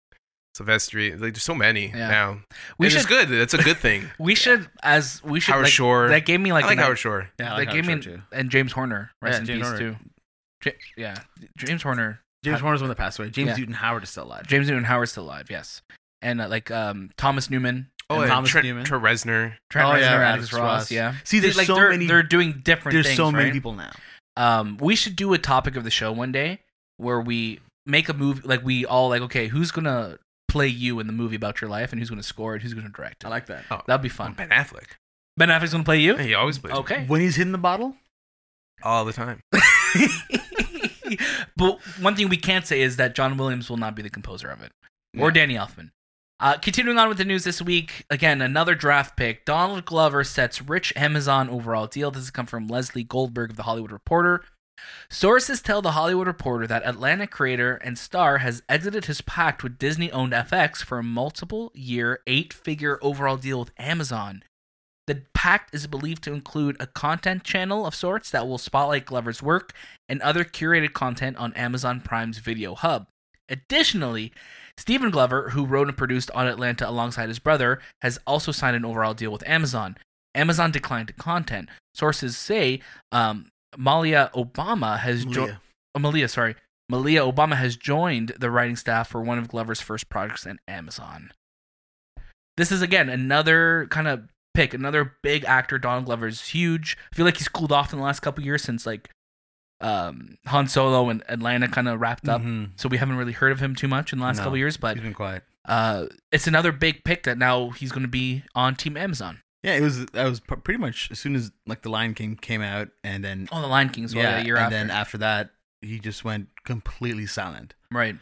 Silvestri. Like there's so many Yeah. now. We and should it's good. That's a good thing. we should as we should Howard like, Shore. That gave me like, I like an- Howard Shore. Yeah, I that like gave me Howard Shore, too. and James Horner rest Yeah, in James peace Horner. too. Ja- yeah, James Horner. James Horner's the one that passed away. James Yeah. Newton Howard is still alive. James Newton Howard's still alive, yes. And uh, like um, Thomas Newman, Oh, And and Thomas Trent, Newman. Trent Reznor. Trent Oh, Reznor, yeah, Alex Alex Ross, Ross. yeah. See, there's like so they're, many- They're doing different. There's things, so many right? people now. Um, we should do a topic of the show one day where we make a movie. Like we all like, okay, who's gonna play you in the movie about your life, and who's gonna score it, who's gonna direct it. I like Oh, that. That'd be fun. Ben Affleck. Ben Affleck's gonna play you. He always plays Okay. When he's hitting the bottle, all the time. but one thing we can't say is that John Williams will not be the composer of it, or No. Danny Elfman. Uh, continuing on with the news this week, again another draft pick. Donald Glover sets rich Amazon overall deal. This has come from Leslie Goldberg of the Hollywood Reporter. Sources tell the Hollywood Reporter that Atlanta creator and star has exited his pact with Disney-owned FX for a multiple-year, eight-figure overall deal with Amazon. The pact is believed to include a content channel of sorts that will spotlight Glover's work and other curated content on Amazon Prime's video hub. Additionally, Stephen Glover, who wrote and produced on Atlanta alongside his brother, has also signed an overall deal with Amazon. Amazon declined the content. Sources say um, Malia Obama has joined. Malia. Oh, Malia, sorry. Malia Obama has joined the writing staff for one of Glover's first projects at Amazon. This is again another kind of pick, another big actor. Don Glover's huge. I feel like he's cooled off in the last couple years since like um, Han Solo and Atlanta kind of wrapped up. Mhm. So we haven't really heard of him too much in the last No. couple years, but he's been quiet. uh, it's another big pick that now he's going to be on Team Amazon. Yeah, it was. That was pr- pretty much as soon as like the Lion King came out, and then Oh, the Lion King's well, yeah, yeah, year and after, then after that, he just went completely silent. right?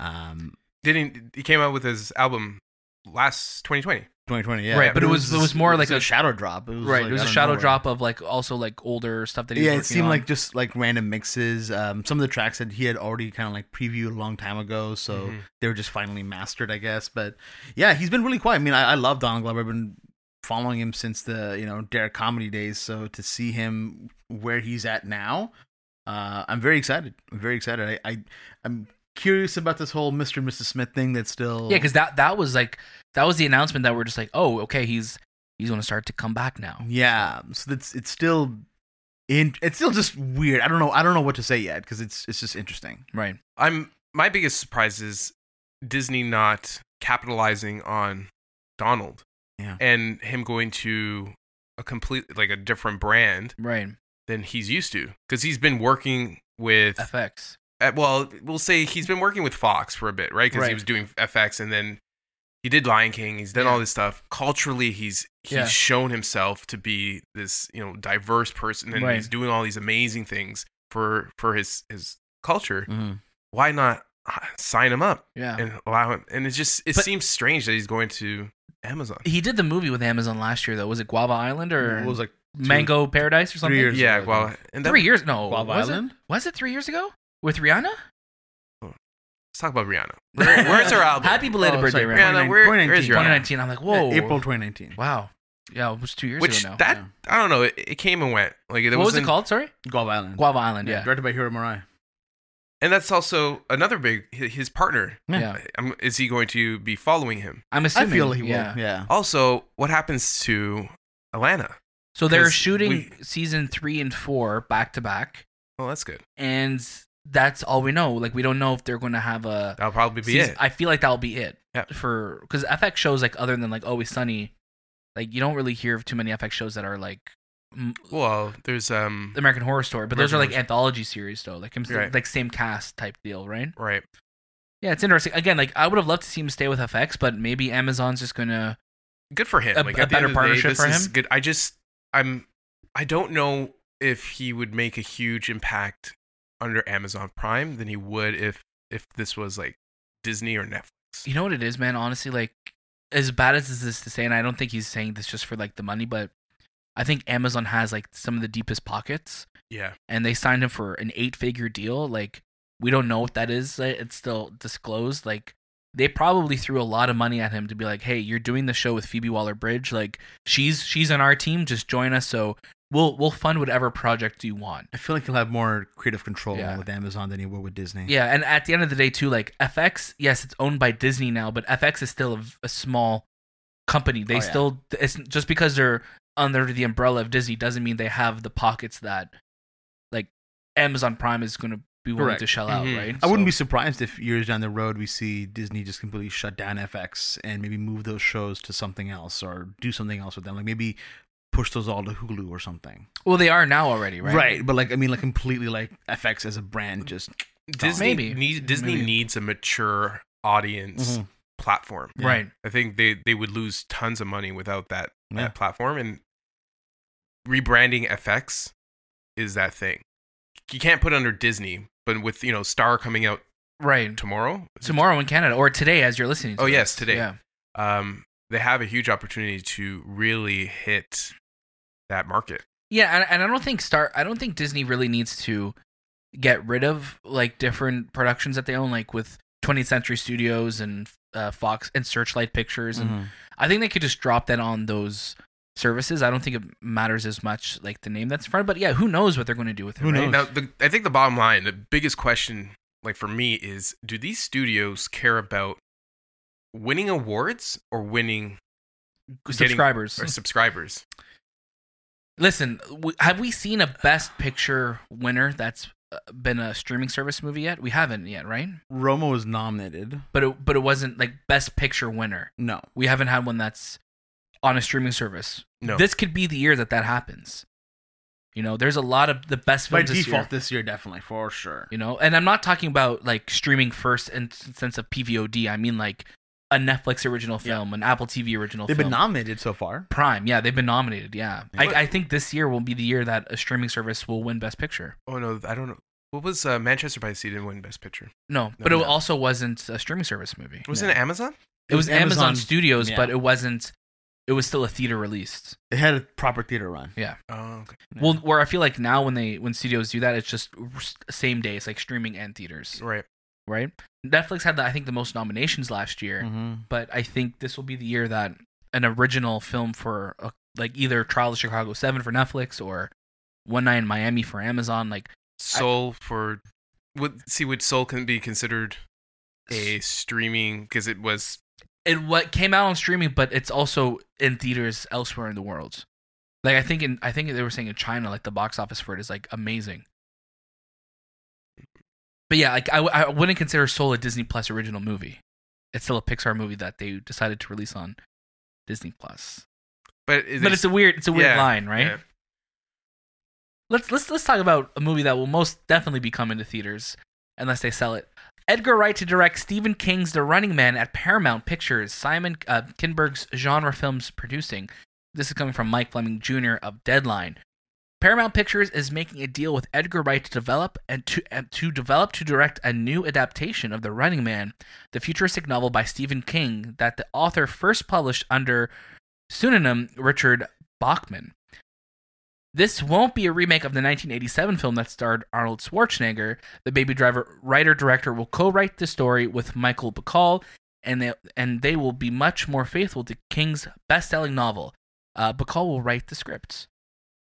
Um, Didn't he came out with his album last 2020? 2020, yeah, Right, but it was- it was more like a, a- shadow drop. It was right. like, it was a out of shadow nowhere. drop of like also like older stuff that he yeah, was it working seemed on. like just like random mixes. Um, some of the tracks that he had already kind of like previewed a long time ago, so Mm-hmm. Mhm. they were just finally mastered, I guess. But yeah, he's been really quiet. I mean, I, I love Donald Glover. I've been following him since the you know Derek comedy days. So to see him where he's at now, uh, I'm very excited. I'm very excited. I, I I'm curious about this whole Mr. and Mrs. Smith thing. That's still yeah, because that that was like that was the announcement that we're just like, oh, okay, he's he's going to start to come back now. Yeah, so that's it's still in. It's still just weird. I don't know. I don't know what to say yet because it's it's just interesting. Right. I'm my biggest surprise is Disney not capitalizing on Donald. Yeah. And him going to a complete like a different brand Right. than he's used to cuz he's been working with FX. uh, well, we'll say he's been working with Fox for a bit, right? Cuz Right. he was doing FX and then he did Lion King, he's done all this stuff. Culturally, he's he's Yeah. shown himself to be this, you know, diverse person and Right. he's doing all these amazing things for for his his culture. Mm-hmm. Why not uh, sign him up? Mm. Yeah. and allow him. And it just it But- seems strange that he's going to Amazon. he did the movie with Amazon last year though. Was it Guava Island or What was like two- Mango Paradise or something? years. yeah, ago, I well, think. and that, Oh, Three years? No. Guava was Island? It, was it three years ago? with Rihanna. Let's talk about Rihanna. Where- where's her album? Happy belated Oh, birthday, sorry, Rihanna. Rihanna, where, 2019. where is Rihanna? 2019. I'm like, whoa, April 2019. Wow, yeah, it was two years Which ago now. that yeah. I don't know. It, it came and went. Like it what was it wasn't- called? Sorry, Guava Island. Guava Island. Yeah, uh, Directed by Hiro Murai. And that's also another big hi- his partner. yeah. Yeah. Um, Is he going to be following him? I'm I assuming. feel he yeah. will. Yeah. Also, what happens to Alana? So they're 'Cause shooting we- season three and four back to back, Well, that's good. and that's all we know. Like we don't know if they're going to have a. That'll probably be season- it. I feel like that'll be it. Yeah. For because FX shows like other than like Always Sunny, like you don't really hear of too many FX shows that are like m- well, there's um American Horror Story, but those American are like Horror Story. anthology series though, like comes- Right. like same cast type deal, right? right. Yeah, it's interesting. Again, like I would have loved to see him stay with FX, but maybe Amazon's just gonna. Good for him. A- like a at the better end of the day, partnership this for is him? Good. I just I'm I don't know if he would make a huge impact under Amazon Prime than he would if if this was like Disney or Netflix. You know what it is, man. Honestly, like as bad as this is to say, and I don't think he's saying this just for like the money, but I think Amazon has like some of the deepest pockets, Yeah. and they signed him for an eight-figure deal. Like we don't know what that is. like, It's still disclosed. Like they probably threw a lot of money at him to be like, "Hey, you're doing the show with Phoebe Waller-Bridge. Like she's she's on our team. Just join us. So we'll we'll fund whatever project you want." I feel like he'll have more creative control Yeah. with Amazon than he will with Disney. Yeah, and at the end of the day, too, like FX, yes, it's owned by Disney now, but FX is still a, v- a small company. They Oh, yeah. still, it's just because they're under the umbrella of Disney doesn't mean they have the pockets that, like, Amazon Prime is going to be willing to Correct. Mm-hmm. shell out, Mhm. right? I wouldn't be So- surprised if years down the road we see Disney just completely shut down FX and maybe move those shows to something else or do something else with them. Like maybe push those all to Hulu or something. Well, they are now already, right? But like I mean like completely like FX as a brand just Disney Maybe. need- Disney Maybe. needs a mature audience Mm-hmm. Mhm. platform. Yeah. Right. I think they they would lose tons of money without that Yeah. that platform and rebranding FX is that thing. You can't put it under Disney, but with you know Star coming out Right. tomorrow, Tomorrow in Canada, or today as you're listening to Oh, this. yes, today. Yeah. um, they have a huge opportunity to really hit that market. Yeah, and, and I don't think Star. I don't think Disney really needs to get rid of like different productions that they own, like with 20th Century Studios and uh, Fox and Searchlight Pictures, and Mhm. I think they could just drop that on those services. I don't think it matters as much like the name that's in front. But yeah, who knows what they're going to do with it? Who right? knows? Now, the, I think the bottom line, the biggest question, like for me, is: Do these studios care about winning awards or winning Getting- Subscribers, or subscribers? listen. W- have we seen a Best Picture winner that's uh, been a streaming service movie yet? We haven't yet, right? Roma was nominated. But it, but it wasn't like Best Picture winner. No. We haven't had one that's on a streaming service. No. This could be the year that that happens. You know, there's a lot of the best By films this default year. this year definitely for sure. You know, and I'm not talking about like streaming first in s- sense of PVOD. I mean like a Netflix original film, an Apple TV original They've film. been nominated so far. Prime, yeah, they've been nominated. Yeah, But- I, I think this year will be the year that a streaming service will win Best Picture. oh no, I don't know. What was uh, Manchester by the Sea didn't win Best Picture? No, but it no. also wasn't a streaming service movie. Was No. it Amazon? It was Amazon, Studios, yeah. but it wasn't. It was still a theater released. It had a proper theater run. Oh, okay. Yeah. Well, where I feel like now when they when studios do that, it's just same day. It's like streaming and theaters, right. right? Netflix had the, I think the most nominations last year, Mhm. but I think this will be the year that an original film for a, like either Trial of Chicago Seven for Netflix or One Night in Miami for Amazon, like Soul for would see would Soul can be considered a streaming because it was it what came out on streaming, but it's also in theaters elsewhere in the world. Like I think in I think they were saying in China, like the box office for it is like amazing. But yeah, like I, w- I wouldn't consider Soul a Disney Plus original movie. It's still a Pixar movie that they decided to release on Disney Plus. but but it's a weird it's a weird yeah, line, right? yeah. Let's let's let's talk about a movie that will most definitely be coming to theaters unless they sell it. Edgar Wright to direct Stephen King's The Running Man at Paramount Pictures. Simon uh, Kinberg's genre films producing. This is coming from Mike Fleming Jr. of Deadline. Paramount Pictures is making a deal with Edgar Wright to develop and to and to develop to direct a new adaptation of The Running Man, the futuristic novel by Stephen King that the author first published under pseudonym Richard Bachman. This won't be a remake of the 1987 film that starred Arnold Schwarzenegger. The Baby Driver writer director will co-write the story with Michael Bacall, and they and they will be much more faithful to King's best-selling novel. Uh, Bacall will write the scripts.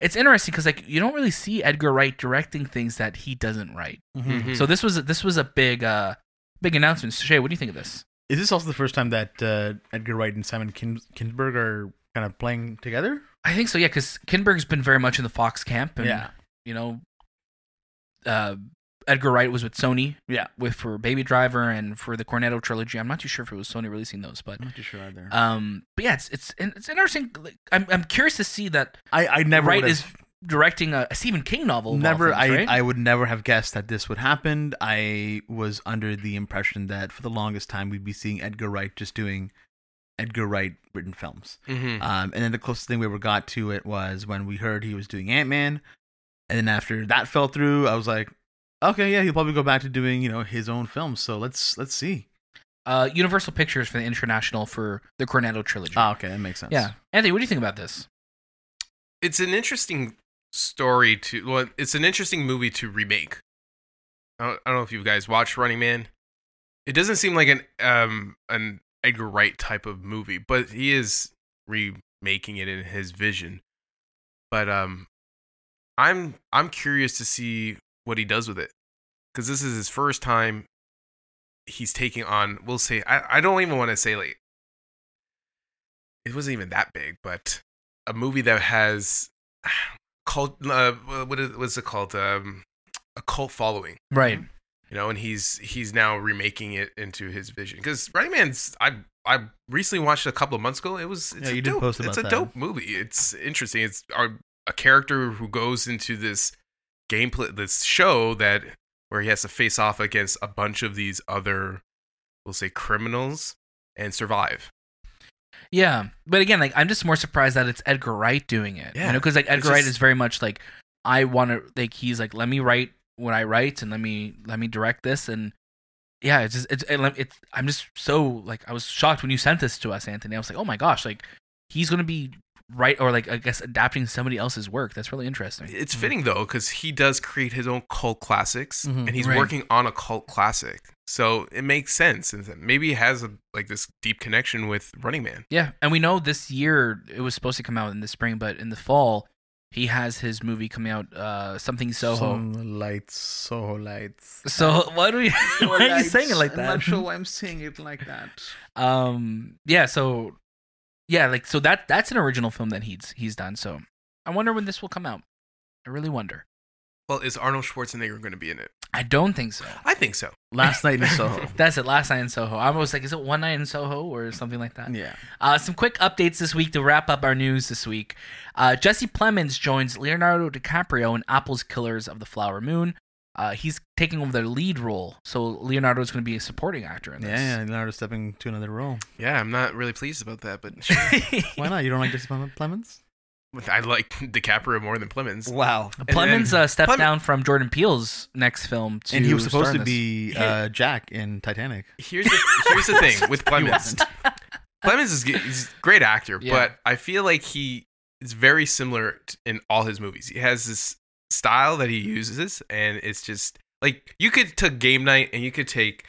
It's interesting because like you don't really see Edgar Wright directing things that he doesn't write. Mm-hmm. Mhm. Mm-hmm. So this was this was a big uh big announcement. So Shay, what do you think of this? Is this also the first time that uh, Edgar Wright and Simon Kin- Kinberg are kind of playing together? I think so, yeah, because Kinberg's been very much in the Fox camp, and Yeah. you know, uh, Edgar Wright was with Sony, Yeah. with for Baby Driver and for the Cornetto trilogy. I'm not too sure if it was Sony releasing those, but I'm not too sure either. um, but yeah, it's it's it's interesting. Like, I'm I'm curious to see that I, I never Wright would is have- directing a, a Stephen King novel. of all never things, I, right? I would never have guessed that this would happen. I was under the impression that for the longest time we'd be seeing Edgar Wright just doing Edgar Wright written films. Mhm. Um, and then the closest thing we ever got to it was when we heard he was doing Ant Man, and then after that fell through, I was like, okay, yeah, he'll probably go back to doing you know his own films. So let's let's see. uh, Universal Pictures for the international for the Cornetto trilogy. Ah, okay, that makes sense. yeah, Anthony, what do you think about this? it's an interesting story to well it's an interesting movie to remake I don't, I don't know if you guys watched running man it doesn't seem like an um an edgar wright type of movie but he is remaking it in his vision but um i'm i'm curious to see what he does with it because this is his first time he's taking on we'll say i, I don't even want to say like it wasn't even that big but a movie that has cult uh, what is what's it called um a cult following Right. you know and he's he's now remaking it into his vision because running man's i i recently watched it a couple of months ago it was it's Yeah, a you did dope post it's about a that. dope movie it's interesting it's a, a character who goes into this gameplay this show that where he has to face off against a bunch of these other we'll say criminals and survive Yeah, but again, like I'm just more surprised that it's Edgar Wright doing it. Yeah. you know, because like Edgar Wright just- is very much like I want to like he's like let me write what I write and let me let me direct this and yeah, it's just it's it, it's I'm just so like I was shocked when you sent this to us, Anthony. I was like, oh my gosh, like he's gonna be right or like I guess adapting somebody else's work. That's really interesting. It's Mhm. fitting though, because he does create his own cult classics, Mhm. and he's Right. working on a cult classic, so it makes sense. And that maybe he has a, like this deep connection with Running Man. Yeah, and we know this year it was supposed to come out in the spring, but in the fall he has his movie coming out, uh, something Soho. Some lights, Soho lights. so why do we? why are you saying it like that? why I'm saying it like that. um yeah so yeah like so that that's an original film that he's he's done so i wonder when this will come out i really wonder Well, is Arnold Schwarzenegger going to be in it? i don't think so I think so. Last night in Soho. that's it last night in soho i was like is it one night in soho or something like that yeah. uh, some quick updates this week to wrap up our news this week uh, jesse plemons joins leonardo dicaprio in apple's killers of the flower moon uh, he's taking over the lead role so leonardo is going to be a supporting actor in this Yeah, yeah, Leonardo stepping to another role. Yeah, I'm not really pleased about that, but Why not? You don't like Jesse Plem- Plemons? I like DiCaprio more than Plemons. Wow. Plemons uh, stepped Plem- down from Jordan Peele's next film to And he was supposed star in to this. be uh, Jack in Titanic. Here's the, here's the thing with He Plemons. wasn't. Clemens is g- he's a great actor, Yeah. but I feel like he is very similar t- in all his movies. He has this style that he uses, and it's just like you could take Game Night and you could take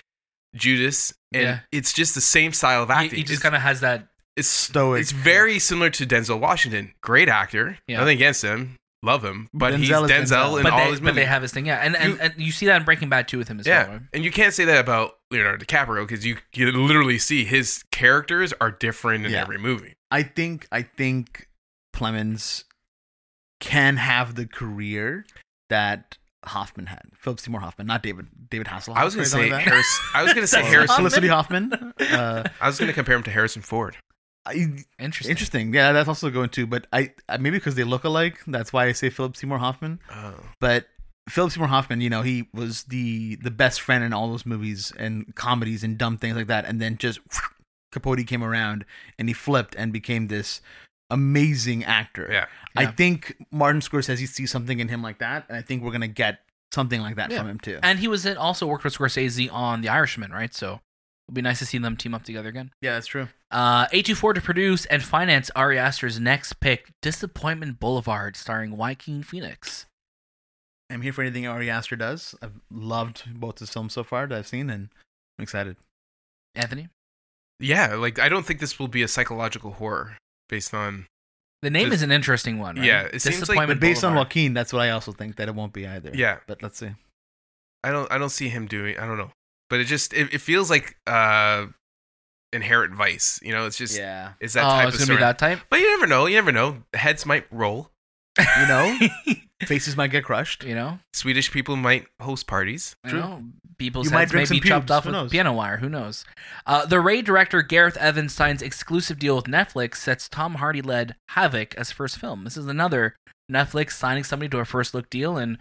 Judas, and Yeah. it's just the same style of He, acting. he just It's- kind of has that. it's stoic. It's very similar to Denzel Washington. Great actor. Yeah. Nothing against him. Love him, but he's Denzel Denzel, is Denzel. in But all they, his but movies. they have his thing, yeah, and and, You- and you see that in Breaking Bad too with him as yeah, well. right? and you can't say that about Leonardo DiCaprio because you you literally see his characters are different in Yeah. every movie. I think I think Plemons can have the career that Hoffman had. Philip Seymour Hoffman, not David David Hasselhoff. I was or gonna say something like that. Harris. I was gonna say Or Harrison. Felicity Hoffman. Uh, I was going to compare him to Harrison Ford. I, Interesting. interesting. Yeah, that's also going to. But I, I maybe because they look alike, that's why I say Philip Seymour Hoffman. Oh. But Philip Seymour Hoffman, you know, he was the the best friend in all those movies and comedies and dumb things like that. And then just Capote came around and he flipped and became this amazing actor. Yeah. I Yeah. think Martin Scorsese sees something in him like that, and I think we're gonna get something like that Yeah. from him too. And he was in, also worked with Scorsese on The Irishman, right? So It'll be nice to see them team up together again. Yeah, that's true. Uh, A24 to produce and finance Ari Aster's next pick, Disappointment Boulevard, starring Joaquin Phoenix. I'm here for anything Ari Aster does. I've loved both his films so far that I've seen, and I'm excited. Anthony, Yeah, like I don't think this will be a psychological horror based on the name Just- is an interesting one. Right? yeah, it seems like- But Disappointment based on Boulevard. Joaquin, that's what I also think that it won't be either. yeah. But let's see. I don't I don't see him doing I don't know. But it just it, it feels like uh inherent vice, you know, it's just yeah. it's that oh, type it's of gonna story. be that type. But you never know, you never know. Heads might roll. You know, faces might get crushed. you know, Swedish people might host parties. you True. know, people's You might heads may drink be some chopped pubes, off who with knows? piano wire. Who knows? Uh, the Ray director Gareth Evans signs exclusive deal with Netflix. Sets Tom Hardy led Havoc as first film. This is another Netflix signing somebody to a first look deal. And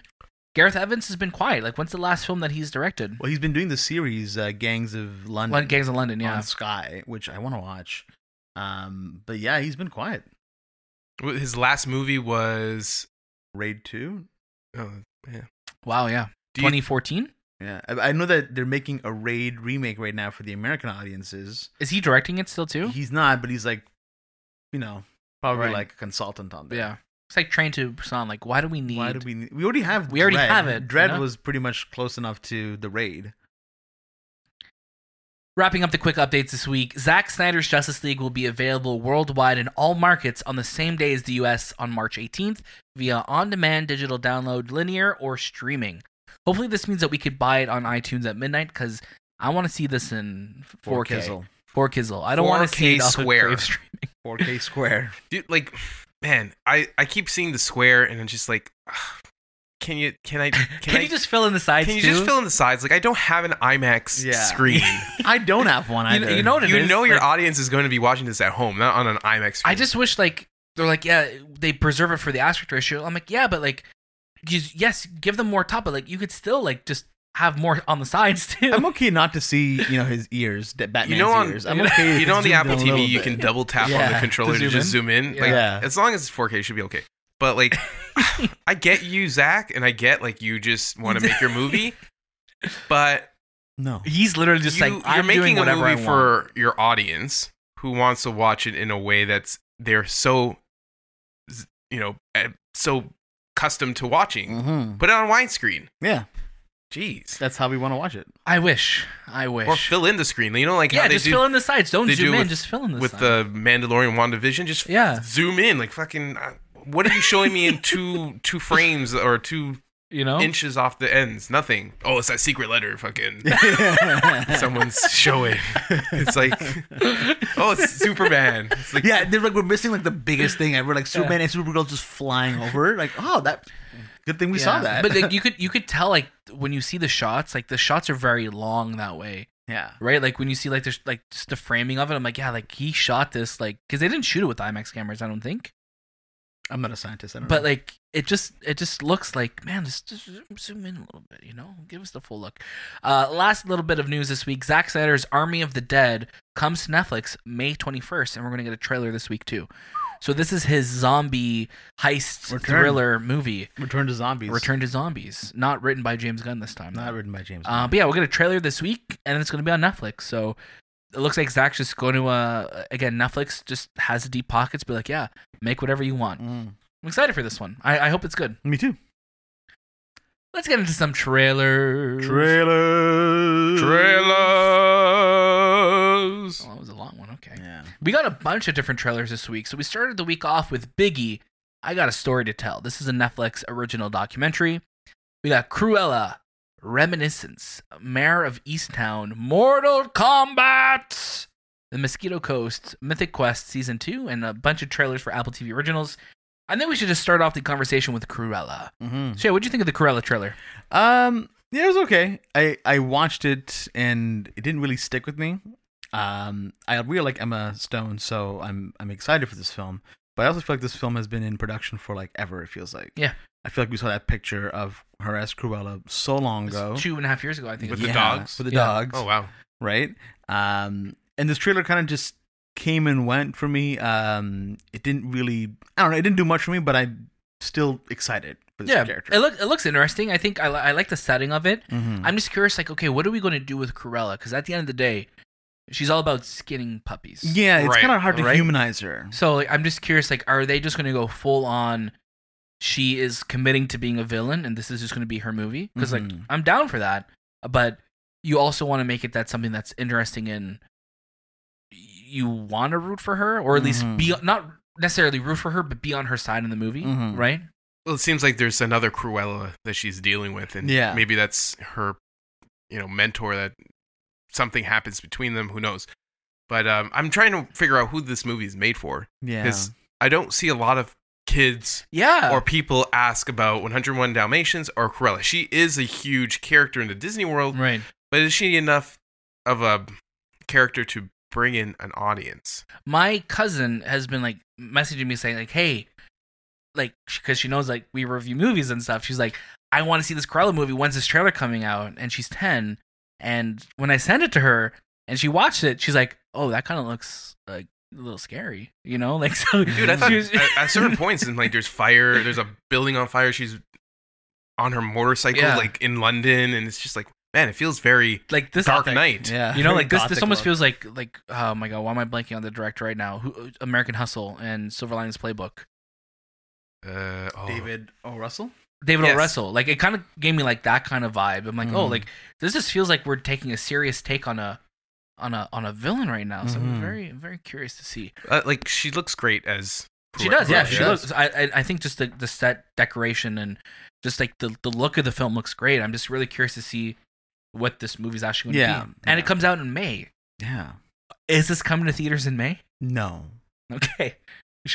Gareth Evans has been quiet. Like, when's the last film that he's directed? Well, he's been doing the series uh, Gangs of London Lon- Gangs of London, yeah. on Sky, which I want to watch. Um, but yeah, he's been quiet. Wh- His last movie was Raid Two. oh, Wow, yeah. do you- 2014. Yeah, I, I know that they're making a Raid remake right now for the American audiences. Is he directing it still too? He's not, but he's like, you know, probably Right. like a consultant on that. yeah. It's like Train to Busan. Like, why do we need? Why do we? Need, we already have. We already Dread. have it, you Dread know? was pretty much close enough to the Raid. Wrapping up the quick updates this week, Zack Snyder's Justice League will be available worldwide in all markets on the same day as the US on March 18th via on demand digital download, linear, or streaming. Hopefully, this means that we could buy it on iTunes at midnight because I want to see this in 4K. Kizzle. 4 Kizzle. I don't want to see 4K it off of square. Crave streaming. 4K square. dude like man, I I keep seeing the square and I'm just like ah, can you can I can, Can, I, you just fill in the sides? can you too? just fill in the sides? Like I don't have an IMAX Yeah. screen. I don't have one You, either. you know what it you is? know your Like, audience is going to be watching this at home, not on an IMAX screen. I just wish like they're like yeah they preserve it for the aspect ratio. I'm like yeah, but like you- yes, give them more top, but like you could still like just have more on the sides too. I'm okay not to see you know his ears, that Batman's You know on- ears. I'm okay. if you know it's on the zoomed Apple in a little TV you bit. can double tap on Yeah, the controller to to, zoom just in. zoom in. Like Yeah. as long as it's 4K, it should be okay. But like, I get you, Zach, and I get like you just want to make your movie, but No. He's literally just you, like you're I'm making doing a whatever movie I want. for your audience who wants to watch it in a way that's they're so, z- you know, eh, so accustomed to watching. Mm-hmm. Put it on widescreen. Yeah, Jeez. that's how we want to watch it. I wish. I wish. Or fill in the screen. You know, like yeah, how they just do fill in the sides. Don't they zoom do in. with- just fill in the with sides. the Mandalorian WandaVision. Just yeah, zoom in like fucking uh, what are you showing me in two two frames or two you know. inches off the ends nothing oh it's that secret letter fucking someone's showing it's like oh it's superman it's like yeah, they're like we're missing like the biggest thing ever. Like Superman and Supergirl just flying over. Like, oh, that. Good thing we saw Yeah. that. But like you could you could tell like when you see the shots, like the shots are very long that way. yeah, right? Like when you see like there's like just the framing of it, I'm like, yeah, like he shot this like because they didn't shoot it with IMAX cameras, I don't think. I'm not a scientist. I don't But know. like it just it just looks like man, just, just zoom in a little bit, you know, give us the full look. Uh, last little bit of news this week: Zack Snyder's Army of the Dead comes to Netflix May 21st, and we're gonna get a trailer this week too. So this is his zombie heist Return. thriller movie, Return to Zombies. Return to Zombies, not written by James Gunn this time. Not though. written by James. Uh, but yeah, we'll get a trailer this week, and it's going to be on Netflix. So it looks like Zach's just going to, uh, again, Netflix just has deep pockets. Be like, yeah, make whatever you want. Gunn. I'm excited for this one. I, I hope it's good. Mm. Me too. Let's get into some trailers. Trailer. trailers Oh, that was a long one. Okay. Yeah. We got a bunch of different trailers this week. So we started the week off with Biggie. I got a story to tell. This is a Netflix original documentary. We got Cruella, Reminiscence, Mayor of Easttown, Mortal Kombat, The Mosquito Coast, Mythic Quest Season 2, and a bunch of trailers for Apple TV originals. I think we should just start off the conversation with Cruella. Mm-hmm. So, yeah, what'd you think of the Cruella trailer? Um, yeah, it was okay. I I watched it and it didn't really stick with me. Um, I really like Emma Stone, so I'm I'm excited for this film. But I also feel like this film has been in production for like ever. It feels like. Yeah. I feel like we saw that picture of her as Cruella so long It was ago. Two and a half years ago, I think. With it the was. Yeah, dogs? With the Yeah. dogs oh wow right? Um, and this trailer kind of just came and went for me. Um, it didn't really, I don't know, it didn't do much for me, but I'm still excited for this yeah, character. it, look, it looks interesting. I think I, li- I like the setting of it. Mhm. I'm just curious, like, okay, what are we going to do with Cruella? Because at the end of the day, She's all about skinning puppies. Yeah, it's Right, kind of hard to right? humanize her. So like, I'm just curious, like, are they just going to go full on? She is committing to being a villain, and this is just going to be her movie. Because like, Mhm. I'm down for that, but you also want to make it that something that's interesting and y- you want to root for her, or at least Mhm. be not necessarily root for her, but be on her side in the movie, Mhm. right? Well, it seems like there's another Cruella that she's dealing with, and Yeah. maybe that's her, you know, mentor. That something happens between them. Who knows? But um, I'm trying to figure out who this movie is made for Yeah. because I don't see a lot of kids Yeah. or people ask about 101 Dalmatians or Cruella. She is a huge character in the Disney world, right. but is she enough of a character to bring in an audience? my cousin has been like messaging me saying like hey like because she knows like we review movies and stuff she's like i want to see this Cruella movie when's this trailer coming out and she's 10 and when i sent it to her and she watched it she's like oh that kind of looks like a little scary you know like so Dude, I thought she was- at, at certain points, and like there's fire, there's a building on fire. She's on her motorcycle, Yeah. like in London, and it's just like, man, it feels very like this Dark like, Knight. yeah. you know like this Gothic this almost look. feels like like oh my god why am i blanking on the director right now Who, uh, american hustle and silver linings playbook Uh, oh. David O. Russell. David Yes. O. Russell. Like it kind of gave me like that kind of vibe. I'm like, oh, Mhm. like this just feels like we're taking a serious take on a on a on a villain right now. So Mhm. I'm very very curious to see. Uh, like she looks great as She Cruella. does, yeah. Correct, She yeah. looks. I, I I think just the the set decoration and just like the the look of the film looks great. I'm just really curious to see what this movie's actually going to Yeah, be. And yeah. it comes out in May. Yeah. Is this coming to theaters in May? No. Okay,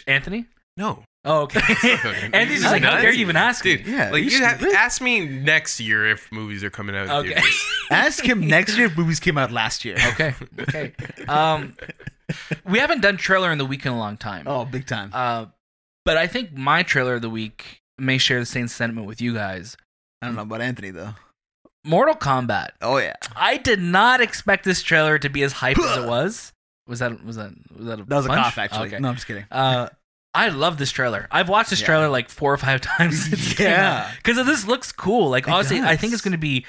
Anthony. No, Oh, okay. Anthony's just like, how dare you even ask me? dude? Yeah. Like you you should- have, ask me next year if movies are coming out. in Okay. theaters. ask him next year. if Movies came out last year. Uh, Okay, okay. Um, we haven't done trailer in the week in a long time. Oh, big time. Uh, but I think my trailer of the week may share the same sentiment with you guys. I don't know about Anthony though. Mortal Kombat. Oh yeah. I did not expect this trailer to be as hype as it was. Was that was that was that a That was a punch? cough actually. Okay. No, I'm just kidding. Uh, I love this trailer. I've watched this Yeah. trailer like four or five times. Yeah. because this looks cool. Like It honestly, I think does. it's going to be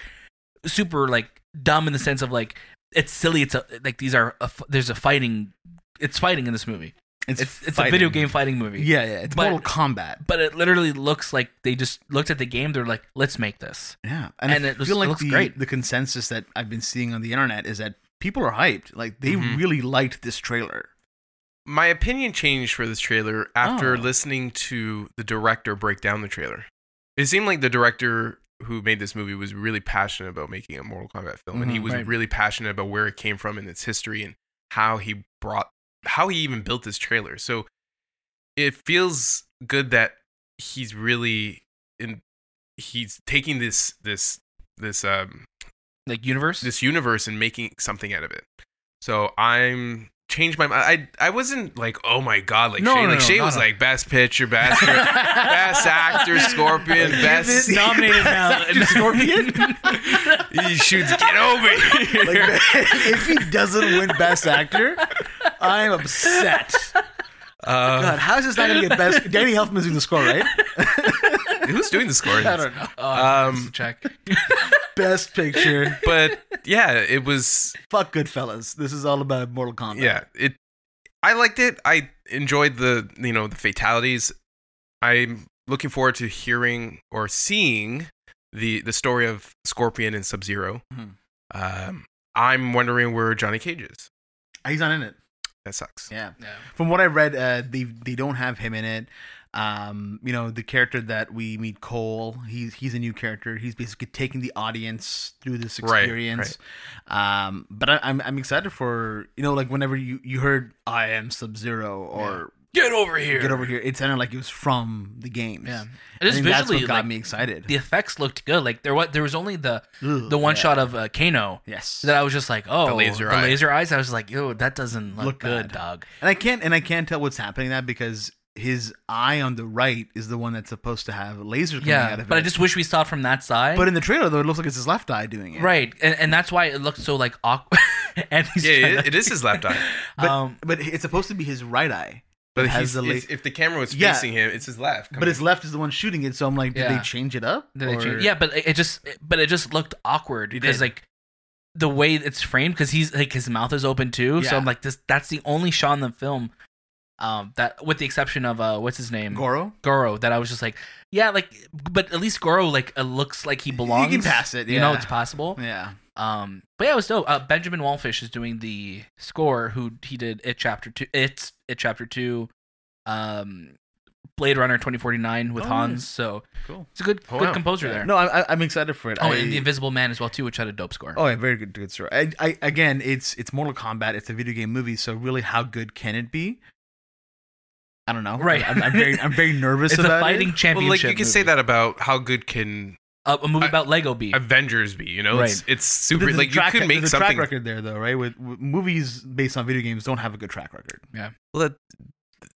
super like dumb in the sense of like it's silly. It's a, like these are a, f- there's a fighting. It's fighting in this movie. It's it's a video fighting. game fighting movie. Yeah, yeah. It's But- Mortal Kombat. but it literally looks like they just looked at the game. They're like, let's make this. Yeah, and, And I it looks- feel like it looks the, great. the consensus that I've been seeing on the internet is that people are hyped. Like they Mm-hmm. Mhm. really liked this trailer. My opinion changed for this trailer after Oh. listening to the director break down the trailer. It seemed like the director who made this movie was really passionate about making a Mortal Kombat film, and he Mhm. was Right. really passionate about where it came from and its history and how he brought, how he even built this trailer. So it feels good that he's really in. He's taking this this this um Like universe. this universe and making something out of it. So I'm changed my mind. I I wasn't like oh my god like No, Shay no, like no, Shay no, was no. like best picture best best actor Scorpion You've best been nominated now. Scorpion? he shoots get over here. Like if he doesn't win Best Actor, I'm upset. Uh, God, how is this not going to get Best? Danny Elfman's doing the score, right? who's doing the scoring? I don't know. um, Um, check. Best Picture. But yeah, it was Fuck Goodfellas. This is all about Mortal Kombat. yeah it. I liked it. I enjoyed the you know the fatalities. I'm looking forward to hearing or seeing the the story of Scorpion and Sub Zero. Mhm. Um, I'm wondering where Johnny Cage is. he's not in it. That sucks. Yeah. Yeah. From what I read, uh, they they don't have him in it. Um, you know, the character that we meet, Cole, he's he's a new character. He's basically taking the audience through this Right, right. experience. Um, but I, I'm I'm excited for you know like whenever you you heard I am Sub Zero or Get over here. Get over here, it sounded like it was from the games. Yeah. I It is think that's visually what got like, me excited. the effects looked good. Like there was there was only the Ugh, the one yeah. shot of uh, Kano Yes. that I was just like, oh, the laser laser, eye. eyes. I was like, yo, that doesn't look, Look good, bad. dog. And I can't and I can't tell what's happening that because his eye on the right is the one that's supposed to have laser coming out Yeah, of but it. I just wish we saw it from that side. But in the trailer though, it looks like it's his left eye doing it. right, and, and that's why it looked so like awkward. and he's Yeah, trying it, to- it is his laptop. But, um, but it's supposed to be his right eye. But has he's, the la- it's- if the camera was Yeah. facing him, it's his left. Come but on. his left is the one shooting it. So I'm like, did Yeah. they change it up? Did they change- Or- Yeah, but it it just but it just looked awkward It because did. like the way it's framed because he's like his mouth is open too. So Yeah. I'm like, this that's the only shot in the film. Um, that with the exception of uh, what's his name Goro. Goro, that I was just like, yeah, like, but at least Goro like uh, looks like he You belongs. can pass it, You know, yeah. it's possible. Yeah. Um, but yeah, it was dope. Uh, Benjamin Wallfish is doing the score. Who he did it chapter two. It's it chapter two. Um, Blade Runner twenty forty nine with Oh, Hans. nice. So Cool. it's a good Oh, good wow. composer there. No, I, I, I'm excited for it. oh, I, and the Invisible Man as well too, which had a dope score. Oh yeah, very good, good story. I, I again, it's it's Mortal Kombat. It's a video game movie, so really, how good can it be? I don't know. Right. I'm, I'm very I'm very nervous it's a about fighting it. championship. Well, like you can say movie. that about how good can Uh, a movie I- about Lego B. Avengers be? You know, it's it's super. There's a like track- you could make there's a something. track record there though, right? With, with movies based on video games don't have a good track record. Well, that,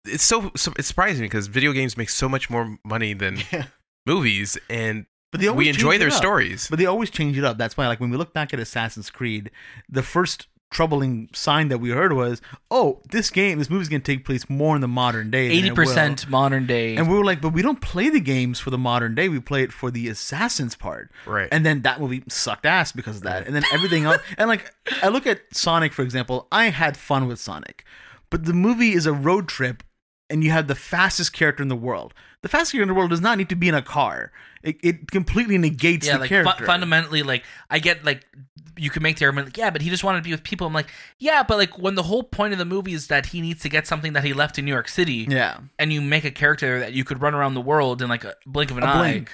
it's so, so it's surprising because video games make so much more money than Yeah. movies, and But they always Mm. we enjoy change their it up. stories. But they always change it up. That's why, like when we look back at Assassin's Creed, the first troubling sign that we heard was, "Oh, this game, this movie's going to take place more in the modern day." than it Eighty will." percent modern day. And we were like, but we don't play the games for the modern day. We play it for the assassins part. Right. And then that movie sucked ass because of that. And then everything else. And like, I look at Sonic, for example. I had fun with Sonic, but the movie is a road trip, and you have the fastest character in the world. The fastest character in the world does not need to be in a car. It, it completely negates yeah, the like fu- character. fundamentally, like I get like you can make the argument, like, yeah, but he just wanted to be with people. I'm like, yeah, but like when the whole point of the movie is that he needs to get something that he left in New York City, yeah. and you make a character that you could run around the world in like a blink of an A eye. blink.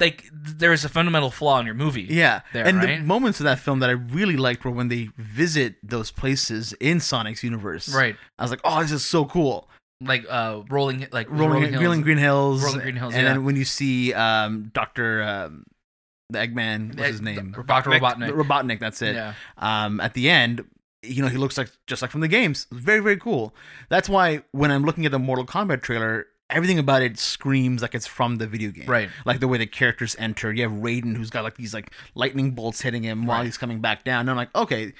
Like th- there is a fundamental flaw in your movie. Yeah, there, and right? the moments of that film that I really liked were when they visit those places in Sonic's universe. right. I was like, "Oh, this is so cool!" Like uh, rolling, like Rolling, Green- Hills. Rolling Green Hills. Rolling Green Hills, And yeah. then when you see um, Doctor um, the Eggman, what's his name? Doctor Robotnik. Robotnik. Robotnik. That's it. Yeah, Um, at the end, you know, he looks like just like from the games. Very, very cool. That's why when I'm looking at the Mortal Kombat trailer, everything about it screams like it's from the video game. right. Like the way the characters enter. You have Raiden who's got like these like lightning bolts hitting him while Right. he's coming back down. And I'm like, okay,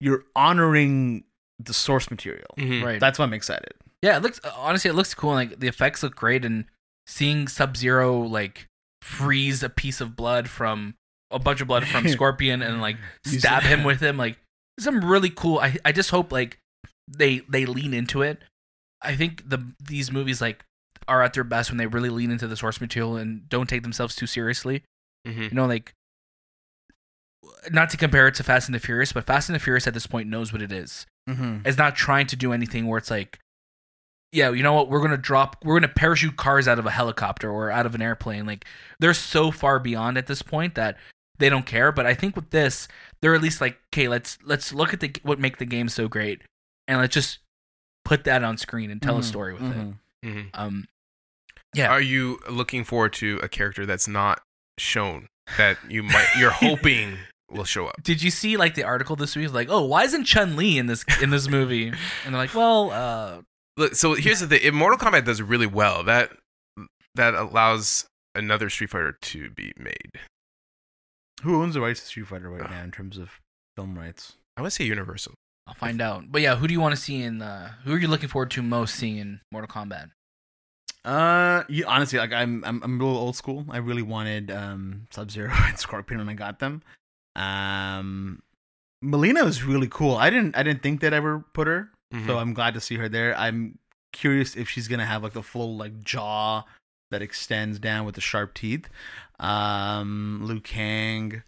you're honoring the source material. Mhm. Right. That's why I'm excited. Yeah, it looks honestly it looks cool. and, Like the effects look great, and seeing Sub Zero like freeze a piece of blood from a bunch of blood from Scorpion and like You stab said- him with him like some really cool. I I just hope like they they lean into it. I think the these movies like are at their best when they really lean into the source material and don't take themselves too seriously. You Mhm. know, like not to compare it to Fast and the Furious, but Fast and the Furious at this point knows what it is Mm-hmm. is not trying to do anything where it's like, yeah, you know what? We're gonna drop, we're gonna parachute cars out of a helicopter or out of an airplane. Like they're so far beyond at this point that they don't care. But I think with this, they're at least like, okay, let's let's look at the what make the game so great, and let's just put that on screen and tell a story with Mm-hmm. it. Mhm. Um, Yeah. Are you looking forward to a character that's not shown that you might you're hoping will show up? did you see like the article this week? Like, oh, why isn't Chun Li in this in this movie? And they're like, well, uh, Look, so here's the thing: if Mortal Kombat does really well, that that allows another Street Fighter to be made. Who owns the rights to Street Fighter right now in terms of film rights? I would say Universal. I'll find out. But yeah, who do you want to see in? Uh, who are you looking forward to most seeing in Mortal Kombat? Uh, you, honestly, like I'm, I'm, I'm a little old school. I really wanted um Sub Zero and Scorpion when I got them. Um, Melina was really cool. I didn't, I didn't think they'd ever put her, so Mm-hmm. Mhm. I'm glad to see her there. I'm curious if she's gonna have like the full like jaw that extends down with the sharp teeth. Um, Liu Kang.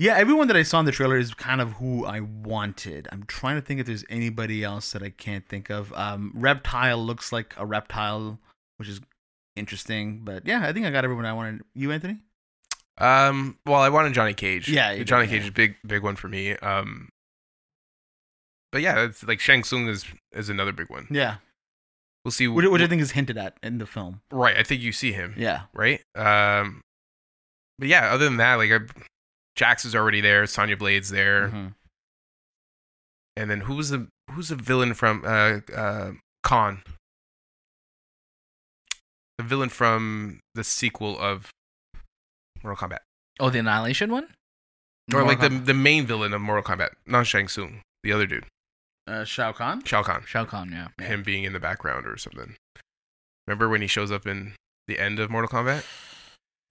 Yeah, everyone that I saw in the trailer is kind of who I wanted. I'm trying to think if there's anybody else that I can't think of. Um, reptile looks like a reptile, which is interesting. But yeah, I think I got everyone I wanted. You, Anthony? Um, well, I wanted Johnny Cage. Yeah, you The did, Johnny yeah. Cage is a big, big one for me. Um, but yeah, it's like Shang Tsung is is another big one. Yeah. We'll see. Which, which I think is hinted at in the film. right, I think you see him. Yeah. Right. Um, but yeah, other than that, like I, Jax is already there. Sonya Blade's there, Mhm. and then who's the who's the villain from uh uh Khan? The villain from the sequel of Mortal Kombat, Oh, the Annihilation one? or like the Mortal Kombat. the main villain of Mortal Kombat, not Shang Tsung, the other dude, Uh, Shao Kahn? Shao Kahn. Shao Kahn, yeah. him being in the background or something. Remember when he shows up in the end of Mortal Kombat?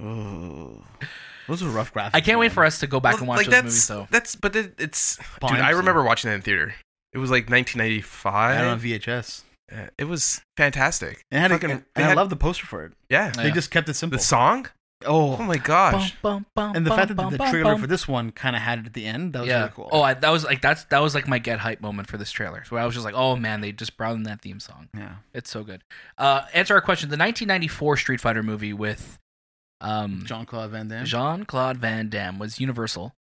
Oh. Those are rough graphics. I can't wait for us to go back Well, and watch like, those that's, movies though. That's but it, it's Pawn dude. I Emperor. remember watching that in theater. It was like I had it on 1995. VHS. Uh, It was fantastic. And, I had a- Fucking- and they I had- love the poster for it. Yeah, Yeah. They just kept it simple. the song. Oh, Oh my gosh. Bum, bum, bum, and the fact that bum, the bum, trailer bum. for this one kind of had it at the end. That was yeah. really cool. Oh, I, that was like that's that was like my get hype moment for this trailer, where I was just like, oh man, they just brought in that theme song. yeah. It's so good. Uh, answer our question: the 1994 Street Fighter movie with um, Jean Claude Van Damme. Jean Claude Van Damme was Universal,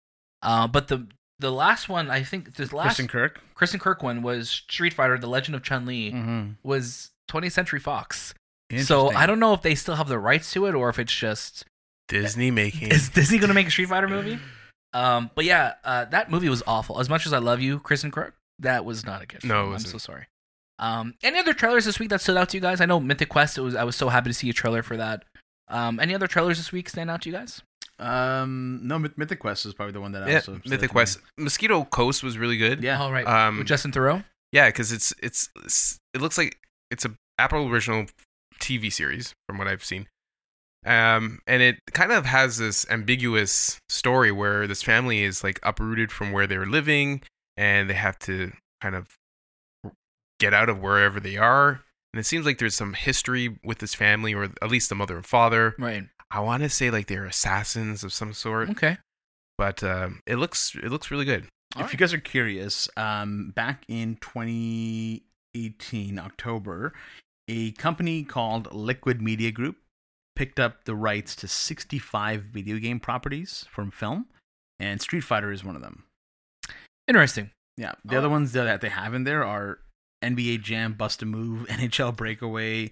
uh, but the the last one I think the last Kristen Kirk. Kristen Kirk one was Street Fighter: The Legend of Chun Li Mm-hmm. was 20th Century Fox. So I don't know if they still have the rights to it or if it's just Disney making. is Disney going to make a Street Fighter movie? Um, but yeah, uh, that movie was awful. As much as I love you, Kristen Kirk, that was not a good. No, it film. I'm wasn't. so sorry. Um, any other trailers this week that stood out to you guys? I know Mythic Quest. It was I was so happy to see a trailer for that. Um, any other trailers this week stand out to you guys? Um, no, Myth- Mythic Quest is probably the one that I Yeah, also. said Mythic to me. Quest. Mosquito Coast was really good. Yeah. All right. Um, With Justin Thoreau. Yeah, because it's, it's it's it looks like it's a Apple original TV series from what I've seen, um, and it kind of has this ambiguous story where this family is like uprooted from where they were living, and they have to kind of get out of wherever they are. And it seems like there's some history with this family, or at least the mother and father. Right. I want to say like they're assassins of some sort, Okay. but um, it looks it looks really good. All if right. you guys are curious, um, back in 2018 October, a company called Liquid Media Group picked up the rights to 65 video game properties from film, and Street Fighter is one of them. Interesting. Yeah, the Oh. other ones that they have in there are NBA Jam, Bust a Move, NHL Breakaway,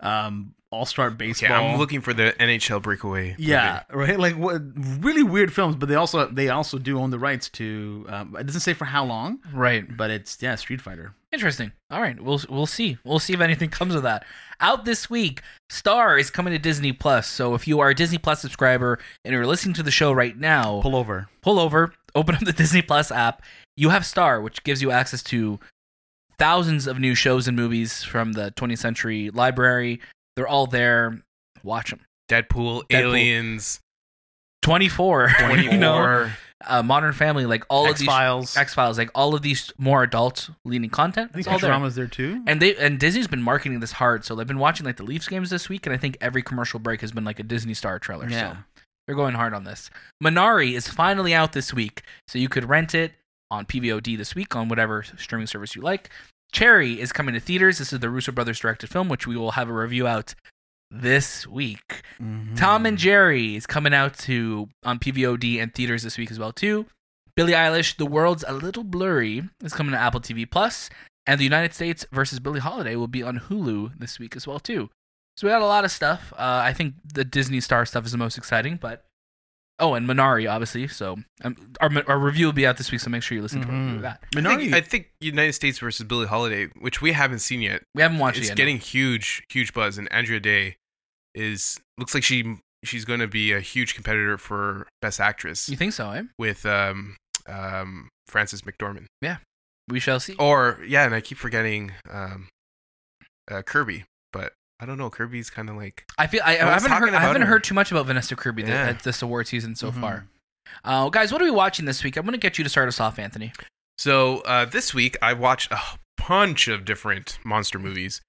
um, All Star Okay, Baseball. I'm looking for the NHL breakaway. movie. Yeah, right. Like what? Really weird films, but they also they also do own the rights to. Um, it doesn't say for how long, Right. but it's yeah, Street Fighter. Interesting. All right, we'll we'll see. We'll see if anything comes of that. Out this week, Star is coming to Disney Plus. So if you are a Disney Plus subscriber and you're listening to the show right now, Pull over. pull over, open up the Disney Plus app. You have Star, which gives you access to thousands of new shows and movies from the 20th century library. They're all there. Watch them. Deadpool, Aliens, 24, 24. you know, uh, Modern Family, like all X of Files. these X Files, like all of these more adult leaning content. I think it's all there. Futurama's there too. And they and Disney's been marketing this hard, so they've been watching like the Leafs games this week, and I think every commercial break has been like a Disney Star trailer. yeah, So they're going hard on this. Minari is finally out this week, so you could rent it on PVOD this week on whatever streaming service you like. Cherry is coming to theaters. This is the Russo brothers directed film, which we will have a review out this week. Mhm. Tom and Jerry is coming out to on PVOD and theaters this week as well too. Billie Eilish, The World's a Little Blurry is coming to Apple TV Plus, and The United States versus Billie Holiday will be on Hulu this week as well too. So we got a lot of stuff. Uh, I think the Disney Star stuff is the most exciting, but oh, and Minari obviously. So um, our our review will be out this week, so make sure you listen to our review Mhm. of that. I think, Minari. I think United States versus Billie Holiday, which we haven't seen yet, We haven't watched it's it yet. no. getting huge, huge buzz. And Andrea Day is looks like she she's going to be a huge competitor for Best Actress You think so? Eh? with um um Frances McDormand. We shall see. Or yeah, and I keep forgetting um uh, Kirby, but I don't know. Kirby's kind of like I feel I, I I was haven't talking heard I about haven't her. heard too much about Vanessa Kirby th- Yeah. Mm-hmm. at this award season so Mhm. far. Uh, guys, what are we watching this week? I'm going to get you to start us off, Anthony. So uh, this week I watched a bunch of different monster movies.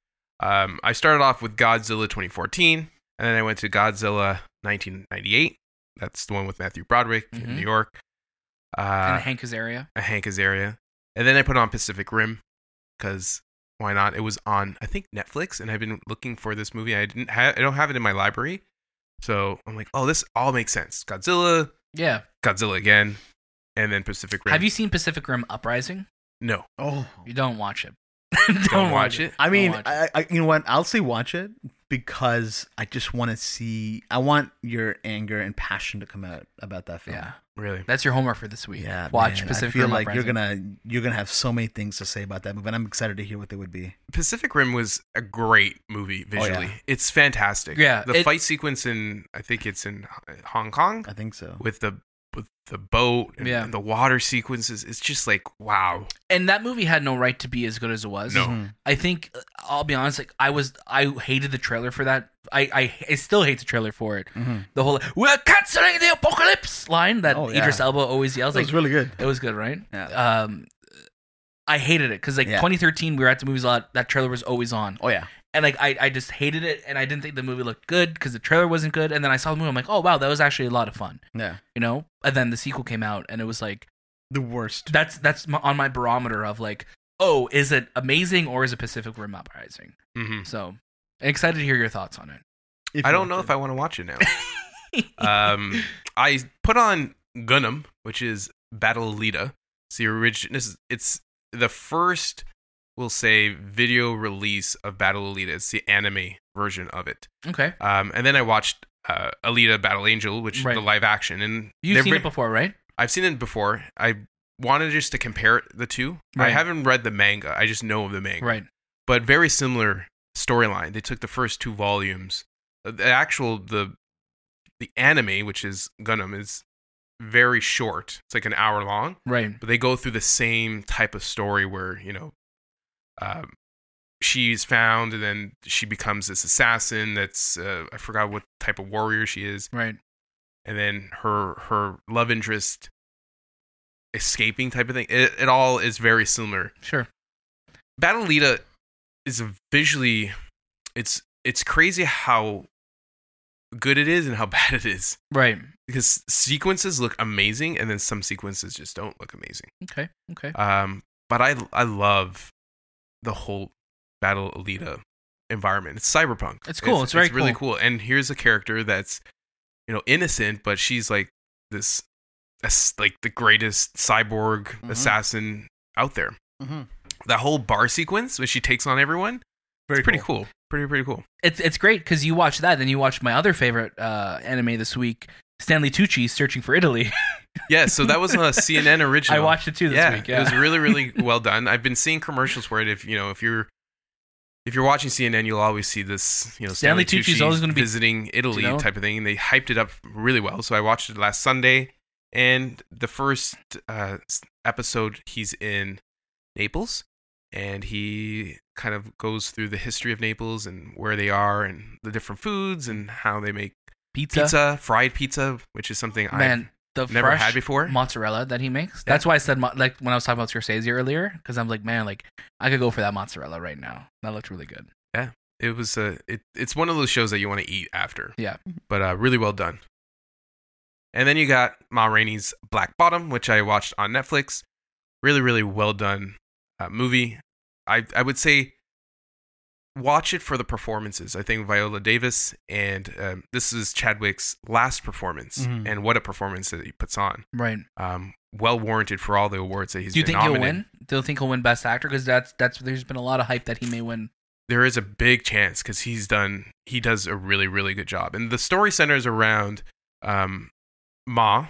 Um, I started off with Godzilla 2014, and then I went to Godzilla 1998. That's the one with Matthew Broderick Mhm. in New York, and uh, Hank Azaria. Hank Azaria, and then I put on Pacific Rim because why not? It was on I think Netflix, and I've been looking for this movie. I didn't have I don't have it in my library, so I'm like, oh, this all makes sense. Godzilla, Yeah. Godzilla again, and then Pacific Rim. Have you seen Pacific Rim Uprising? No, oh, You don't watch it. don't watch it. I mean, watch it. I, I, you know what? I'll say watch it because I just want to see. I want your anger and passion to come out about that film. Yeah. Really. That's your homework for this week. Yeah, Watch man, Pacific I feel Rim like Uprising. you're gonna you're gonna have so many things to say about that movie, and I'm excited to hear what they would be. Pacific Rim was a great movie yeah. visually. It's fantastic. Oh, Yeah, the it- fight sequence in I think it's in Hong Kong I think so. with the with the boat and, Yeah. and the water sequences. It's just like wow. And that movie had no right to be as good as it was. No. Mhm. I think uh, I'll be honest. Like I was, I hated the trailer for that. I, I, I still hate the trailer for it. Mhm. The whole "We're canceling the apocalypse" line that Oh, yeah. Idris Elba always yells. That Like uh, was really good. it was good, right? Yeah. Um, I hated it because like Yeah. 2013, we were at the movies a lot. That trailer was always on, Oh yeah. and like I, I just hated it, and I didn't think the movie looked good because the trailer wasn't good. And then I saw the movie, I'm like, oh wow, that was actually a lot of fun, Yeah. you know. And then the sequel came out, and it was like The worst. that's that's my, on my barometer of like, oh, is it amazing or is it Pacific Rim Uprising? hmm So excited to hear your thoughts on it. I don't know if I want to watch it now. um, I put on Gundam, which is Battle Alita. It's the origin. This is, it's the first, we'll say, video release of Battle Alita. It's the anime version of it. Okay, Um, and then I watched uh, Alita Battle Angel, which Right. is the live action, and you've they're seen ver- it before, right? I've seen it before. I wanted just to compare it- the two. I Right. haven't read the manga. I just know of the manga Right. but very similar storyline. They took the first two volumes. Uh, The actual the the anime, which is Gundam, is very short. It's like an hour long, Right. but they go through the same type of story where you know, um, she's found and then she becomes this assassin. That's uh, I forgot what type of warrior she is, Right. and then her her love interest escaping type of thing. It, it all is very similar. Sure. Battle Lita is a visually it's it's crazy how good it is and how bad it is Right. because sequences look amazing and then some sequences just don't look amazing. Okay. Okay. Um but I I love the whole Battle Alita environment. It's cyberpunk. It's cool. It's very really cool. And here's a character that's you know innocent but she's like this as- like the greatest cyborg Mm-hmm. Mhm. assassin out there. Mhm. That whole bar sequence when she takes on everyone Very it's pretty cool. Pretty pretty cool. It's it's great because you watch that, then you watch my other favorite uh, anime this week, Stanley Tucci searching for Italy. Yeah, so that was a CNN original. I watched it too this yeah, week. Yeah. it was really really well done. I've been seeing commercials for it. If you know if you're if you're watching CNN, you'll always see this. You know, Stanley Stanley, Tucci's always gonna be- visiting Italy you know? type of thing, and they hyped it up really well. So I watched it last Sunday, and the first uh, s- episode he's in Naples, and he kind of goes through the history of Naples and where they are and the different foods and how they make pizza. pizza, fried pizza, which is something Man, the I've never fresh had before. mozzarella that he makes. That's why I said mo- like when I was talking about Scorsese earlier, because I'm like, man, like I could go for that mozzarella right now. That looked really good. it was a it, it's one of those shows that you want to eat after. Yeah. But uh, really well done. And then you got Ma Rainey's Black Bottom, which I watched on Netflix. Really, really well done uh, movie. I I would say watch it for the performances. I think Viola Davis and um, this is Chadwick's last performance, Mm-hmm. Mhm. and what a performance that he puts on. Right. Um, well warranted for all the awards that he's. Do you been think nominated. he'll win? Do you think he'll win Best Actor? Because that's that's there's been a lot of hype that he may win. there is a big chance because he's done he does a really really good job and the story centers around um ma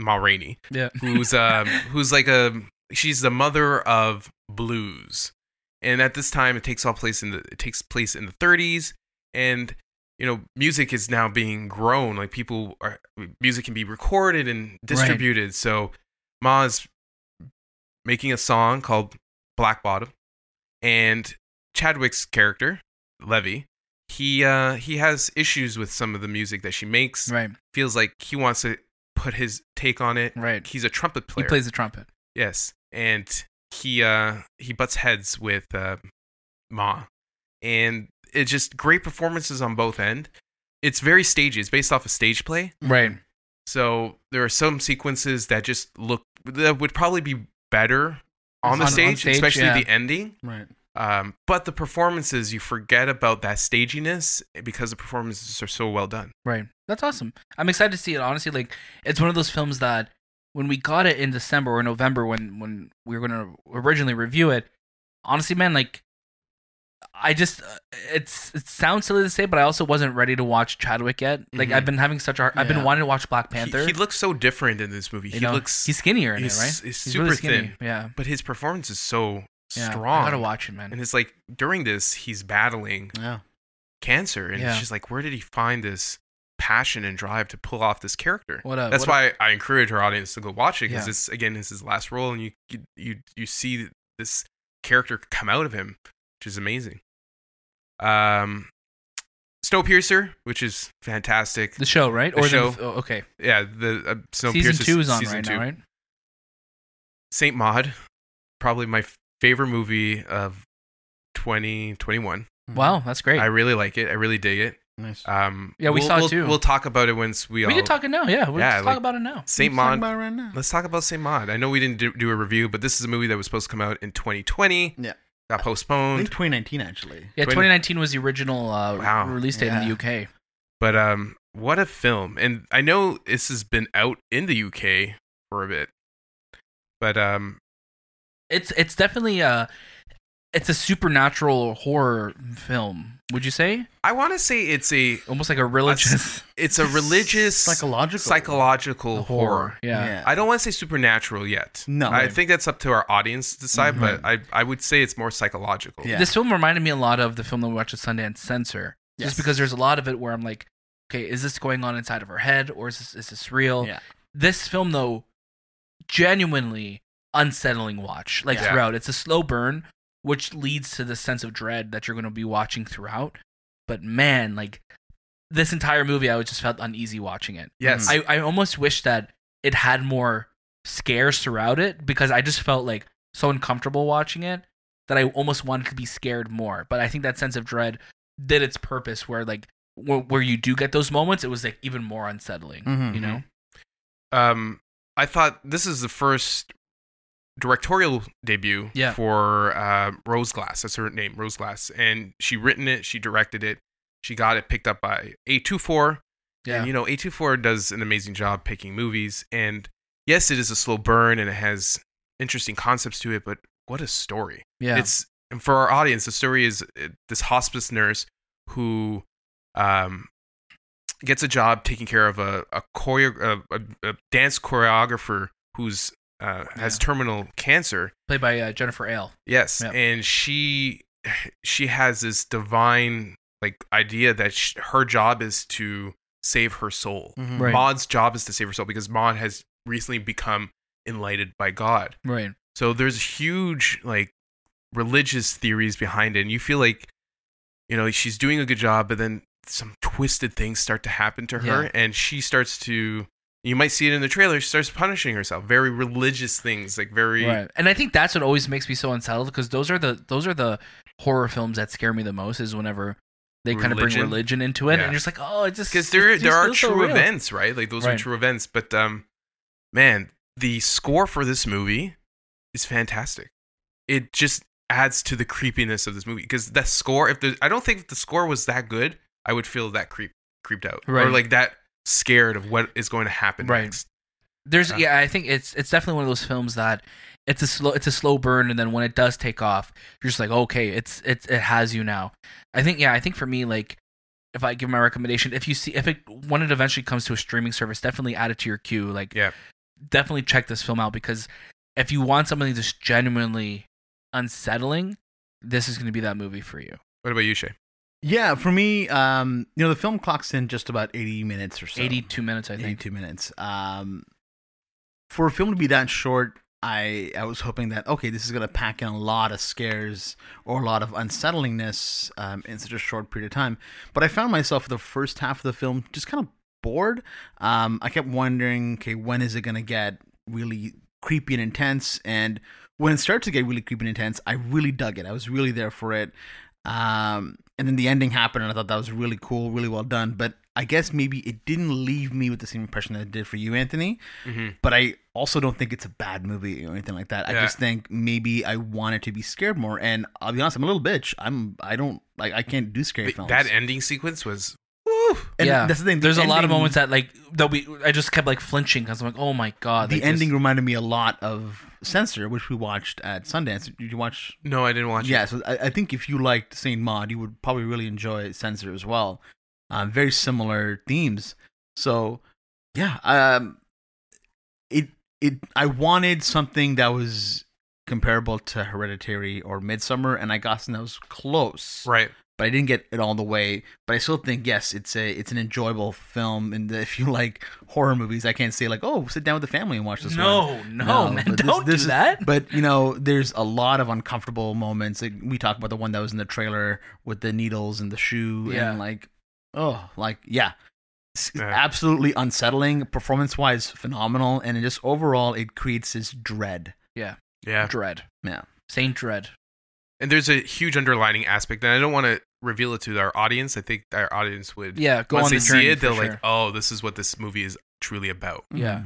ma rainey Yeah. who's um who's like a she's the mother of blues and at this time it takes all place in the it takes place in the 30s and you know music is now being grown like people are music can be recorded and distributed so ma's making a song called black bottom and chadwick's character levy he uh he has issues with some of the music that she makes Right. feels like he wants to put his take on it Right. he's a trumpet player He plays the trumpet. Yes, and he uh he butts heads with uh, Ma, and it's just great performances on both end. It's very stagey. It's based off a stage play, Right. so there are some sequences that just look that would probably be better on the On- on stage, stage, especially yeah. the ending. Right. Um, but the performances, you forget about that staginess because the performances are so well done. Right. That's awesome. I'm excited to see it. Honestly, like it's one of those films that when we got it in December or November when when we were going to originally review it, honestly, man, like I just uh, it's it sounds silly to say, but I also wasn't ready to watch Chadwick yet. Like Mhm. I've been having such a hard, I've been Yeah. wanting to watch Black He- Panther. He, looks so different in this movie. you He know? looks, he's skinnier in it, he's- right? he's He's really super thin. skinny. Yeah. but his performance is so Yeah. strong. I gotta watch it, man. And it's like during this, he's battling Yeah. cancer, and Yeah. it's just like, where did he find this passion and drive to pull off this character. What a- That's uh, what a- why I encourage our audience to go watch it because Yeah. this again is his last role, and you you you see this character come out of him, which is amazing. Um, Snowpiercer, which is fantastic. The show, right? The show. The, oh, okay. yeah, the uh, Snowpiercer season two is on season right two. Mm-hmm. now, right? Saint Maud, probably my favorite movie of 2021. Wow, that's great. I really like it. I really dig it. Mm-hmm. Nice. Um, Yeah, we we'll, saw it we'll, too. We'll talk about it once we, we all can talk it now. Yeah, we'll Yeah, just like- talk about it now. Saint Let's talk Maud. about it right now. Let's talk about Saint Maud. I know we didn't do, do a review, but this is a movie that was supposed to come out in 2020. Yeah. I got think postponed. 2019 actually. Yeah, Twenty- 2019 was the original uh, Wow. release date in Yeah. the UK. But um, what a film! And I know this has been out in the UK for a bit, but um, It's it's definitely a it's a supernatural horror film. Would you say I want to say it's a almost like a religious it's a religious psychological psychological horror. Yeah. I don't want to say supernatural yet. No. I think that's up to our audience to decide, but I, I would say it's more psychological. Yeah. This film reminded me a lot of the film that we watched at Sundance Censor, Yes. just because there's a lot of it where I'm like, okay, is this going on inside of our head or is this is this real? Yeah. This film though, genuinely unsettling watch like Yeah. throughout. It's a slow burn, which leads to the sense of dread that you're going to be watching throughout. But man, like this entire movie, I just felt uneasy watching it. Yes. I, I almost wish that it had more scares throughout it because I just felt like so uncomfortable watching it that I almost wanted to be scared more. But I think that sense of dread did its purpose where like where, where you do get those moments, it was like even more unsettling. Mhm. You know? um, I thought this is the first directorial debut Yeah. for uh, Rose Glass. That's her name, Rose Glass. And she written it, she directed it, she got it picked up by A24. Yeah. And, you know, A24 does an amazing job picking movies. And yes, it is a slow burn and it has interesting concepts to it, but what a story. yeah. It's and for our audience, the story is uh, this hospice nurse who um, gets a job taking care of a a, choreo- a, a, a dance choreographer who's uh, has Yeah. terminal cancer. Played by uh, Jennifer Ale. Yes, Yeah. and she she has this divine like idea that sh her job is to save her soul. Mhm. Mm, Right. Maud's job is to save her soul because Maud has recently become enlightened by God. Right. So there's huge like religious theories behind it, and you feel like you know she's doing a good job, but then some twisted things start to happen to her, Yeah. and she starts to. You might see it in the trailer. She starts punishing herself. Very religious things, like very Right. And I think that's what always makes me so unsettled because those are the those are the horror films that scare me the most is whenever they kind of bring Religion. religion into it Yeah. and you're just like, oh, it just because there it just there are feels so true real. events, right? Like those are Right. true events. But um, man, the score for this movie is fantastic. It just adds to the creepiness of this movie because that score. If the I don't think if the score was that good, I would feel that creep creeped out or Right. like that scared of what is going to happen Right. next. There's Yeah. yeah, I think it's it's definitely one of those films that it's a slow it's a slow burn and then when it does take off, you're just like, okay, it's it's it has you now. I think yeah, I think for me like if I give my recommendation, if you see if it when it eventually comes to a streaming service, definitely add it to your queue. Like Yeah. definitely check this film out because if you want something that's genuinely unsettling, this is gonna be that movie for you. What about you, Shay? Yeah, for me, um, you know, the film clocks in just about 80 minutes or so. Eighty two minutes, I think. 82 minutes. Um, for a film to be that short, I I was hoping that okay, this is gonna pack in a lot of scares or a lot of unsettlingness um, in such a short period of time. But I found myself the first half of the film just kind of bored. Um, I kept wondering, okay, when is it gonna get really creepy and intense? And when it started to get really creepy and intense, I really dug it. I was really there for it. Um, and then the ending happened, and I thought that was really cool, really well done. But I guess maybe it didn't leave me with the same impression that it did for you, Anthony. Mhm. But I also don't think it's a bad movie or anything like that. I Yeah. just think maybe I wanted to be scared more. And I'll be honest, I'm a little bitch. I'm I don't like I can't do scary Th- films. That ending sequence was Woo! And Yeah. that's the thing. the There's a lot of ending- moments that like that we I just kept like flinching because I'm like, oh my god, the like, this- ending reminded me a lot of Censor, which we watched at Sundance. Did you watch no, I didn't watch. Yeah, so I, I think if you liked Saint Maud, you would probably really enjoy Censor as well. Um, very similar themes. So yeah, um, it it I wanted something that was comparable to Hereditary or Midsummer, and I got something that was close. it. Right. but I didn't get it all the way. But I still think yes, it's a it's an enjoyable film. And if you like horror movies, I can't say like oh sit down with the family and watch this. one. No, no, man, but this- don't this do is- that. But you know, there's a lot of uncomfortable moments. Like, we talked about the one that was in the trailer with the needles and the shoe, Yeah. and like, oh, like yeah, S- Yeah. absolutely unsettling. Performance wise, phenomenal, and it just overall, it creates this dread. Yeah. Dread. Yeah. Saint Dread. And there's a huge underlining aspect, and I don't want to reveal it to our audience. I think our audience would Yeah, go once on they the journey. see it, for they're sure. like, "Oh, this is what this movie is truly about." Yeah.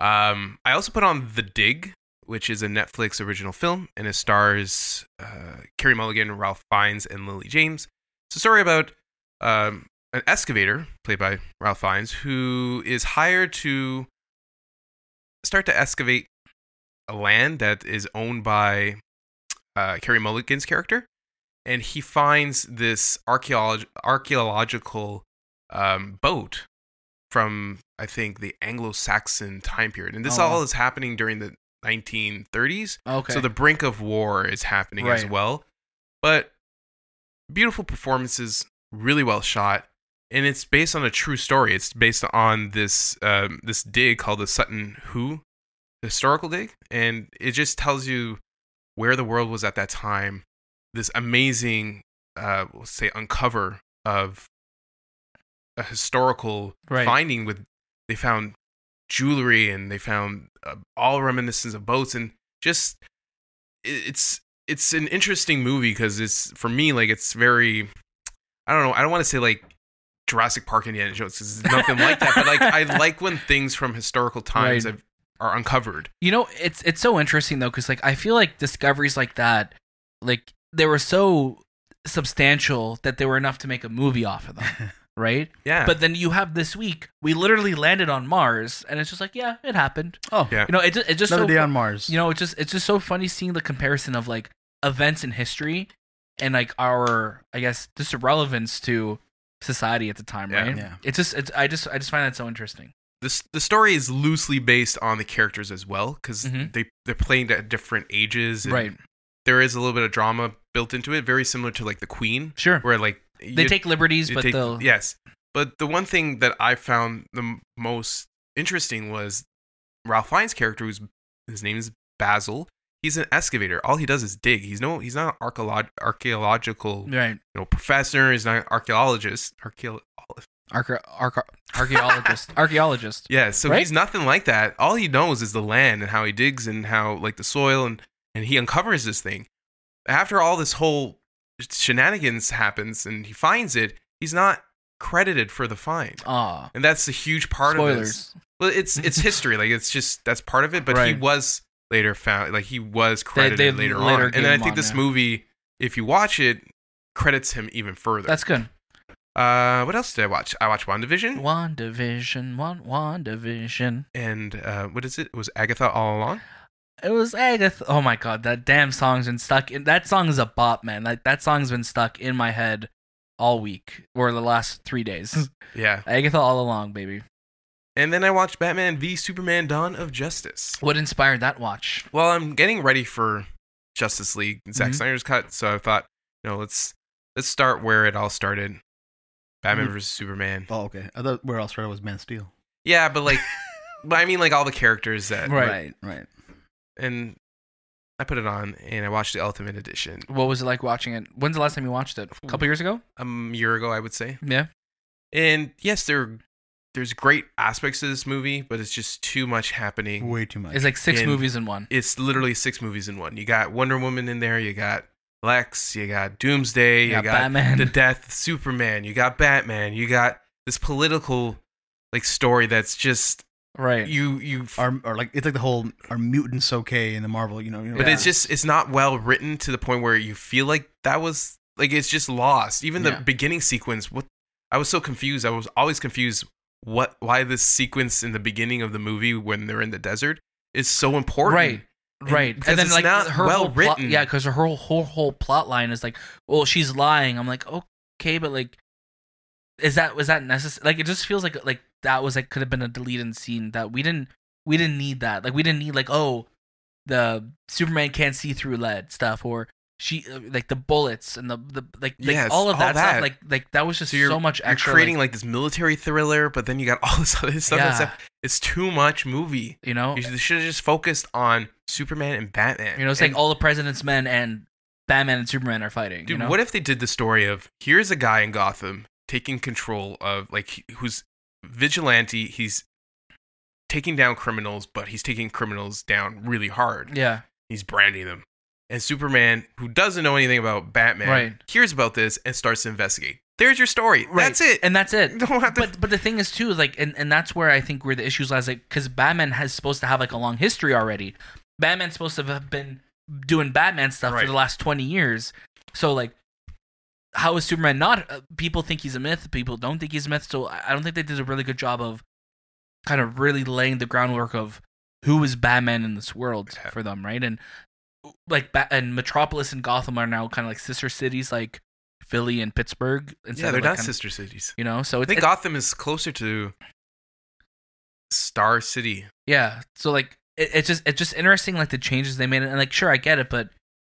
Mm-hmm. Um, I also put on The Dig, which is a Netflix original film, and it stars uh, Carey Mulligan, Ralph Fiennes, and Lily James. It's a story about um, an excavator played by Ralph Fiennes who is hired to start to excavate a land that is owned by uh, Carey Mulligan's character, and he finds this archaeolog- archaeological um, boat from I think the Anglo-Saxon time period, and this Oh, wow. all is happening during the 1930s. okay. So the brink of war is happening as Right. well, but beautiful performances, really well shot, and it's based on a true story. It's based on this um, this dig called the Sutton Hoo historical dig, and it just tells you where the world was at that time. This amazing, uh, we'll say, uncover of a historical Right. finding with they found jewelry and they found uh, all reminiscence of boats and just it- it's it's an interesting movie because it's for me like it's very I don't know I don't want to say like Jurassic Park Indiana Jones 'cause it's nothing like that but like I like when things from historical times Right. have, are uncovered You know, it's it's so interesting though, because like I feel like discoveries like that, like they were so substantial that they were enough to make a movie off of them, right? yeah But then you have this week, we literally landed on Mars, and it's just like, yeah, it happened. Oh, Yeah. You know, it just it's just another so day on Mars. you know, it's just it's just so funny seeing the comparison of like events in history and like our I guess just relevance to society at the time, Yeah. right? Yeah. It's just it's I just I just find that so interesting. this the story is loosely based on the characters as well because Mhm. they they're playing at different ages and Right. there is a little bit of drama built into it very similar to like the Queen Sure. where like They take liberties, you but take- they'll yes but the one thing that I found the m- most interesting was Ralph Fiennes' character who's his name is Basil he's an excavator all he does is dig he's no he's not an archeolog- archaeological right. you know professor he's not an archaeologist archaeologist Arche- arche- archaeologist, archaeologist. Yeah, so Right? he's nothing like that. All he knows is the land and how he digs and how like the soil and and he uncovers this thing. After all this whole shenanigans happens and he finds it, he's not credited for the find. Ah, And that's a huge part of this. spoilers. Well, it's it's history, like it's just that's part of it, but he Right. was later found like he was credited they later, later on. gave And then I him think on, this yeah. movie if you watch it credits him even further. That's good. uh what else did I watch? I watched WandaVision One division, one one division. and uh what is it? It was Agatha all along? It was Agatha. Oh my god, that damn song's been stuck in. That song is a bop, man. Like that song's been stuck in my head all week or the last three days. Yeah. Agatha all along, baby. And then I watched Batman v Superman Dawn of Justice. What inspired that watch? Well, I'm getting ready for Justice League, Zack Mhm. Snyder's cut, so I thought, you know, let's let's start where it all started. Batman Mm-hmm. Mhm. versus Superman. Oh, okay. I thought where else started was Man of Steel. Yeah, but like but I mean like all the characters that Right. right. and I put it on and I watched the Ultimate Edition What was it like watching it? When's the last time you watched it? A couple years ago? um, a year ago, I would say. Yeah. And yes, there there's great aspects to this movie, but it's just too much happening. Way too much. It's like six In- movies in one. it's literally six movies in one. You got Wonder Woman in there, you got Lex, you got Doomsday, you Yeah, got Batman. the death, Superman, you got Batman, you got this political like story that's just right. you you our, or like it's like the whole are mutants okay in the Marvel, you know. You know but Yeah. it's just it's not well written to the point where you feel like that was like it's just lost. Even the Yeah. beginning sequence, what I was so confused. I was always confused what why this sequence in the beginning of the movie when they're in the desert is so important. Right. And right because it's not whole plot- well-written. yeah because her whole, whole whole plot line is like well she's lying i'm like okay but like is that was that necessary like it just feels like like that was like could have been a deleted scene that we didn't we didn't need that like we didn't need like oh the superman can't see through lead stuff or she uh, like the bullets and the the like, Yes, like all all of that, that. stuff like like that was just So so, you're- much You're extra creating like, like, this military thriller, but then you got all this other stuff. yeah, that's hap- It's too much movie. you know You should have just focused on Superman and Batman. you know it's And- like all the president's men and Batman and Superman are fighting Dude, you know what if they did the story of here's a guy in Gotham taking control of like he- who's vigilante, he's taking down criminals, but he's taking criminals down really hard. yeah He's branding them. And Superman, who doesn't know anything about Batman, Right. hears about this and starts to investigate. There's your story. Right. That's it. and that's it You don't have to but but the thing is too like and, and that's where i think where the issues lies like because batman has supposed to have like a long history already batman's supposed to have been doing batman stuff Right. for the last 20 years so like how is superman not uh, people think he's a myth people don't think he's a myth so i I don't think they did a really good job of kind of really laying the groundwork of who is batman in this world Yeah. for them right and like ba- and metropolis and gotham are now kind of like sister cities like philly and pittsburgh instead Yeah, of, they're like, not kinda- sister cities. you know so I it's, think it's Gotham is closer to Star City. Yeah. So like it, it's just it's just interesting like the changes they made and like sure I get it, but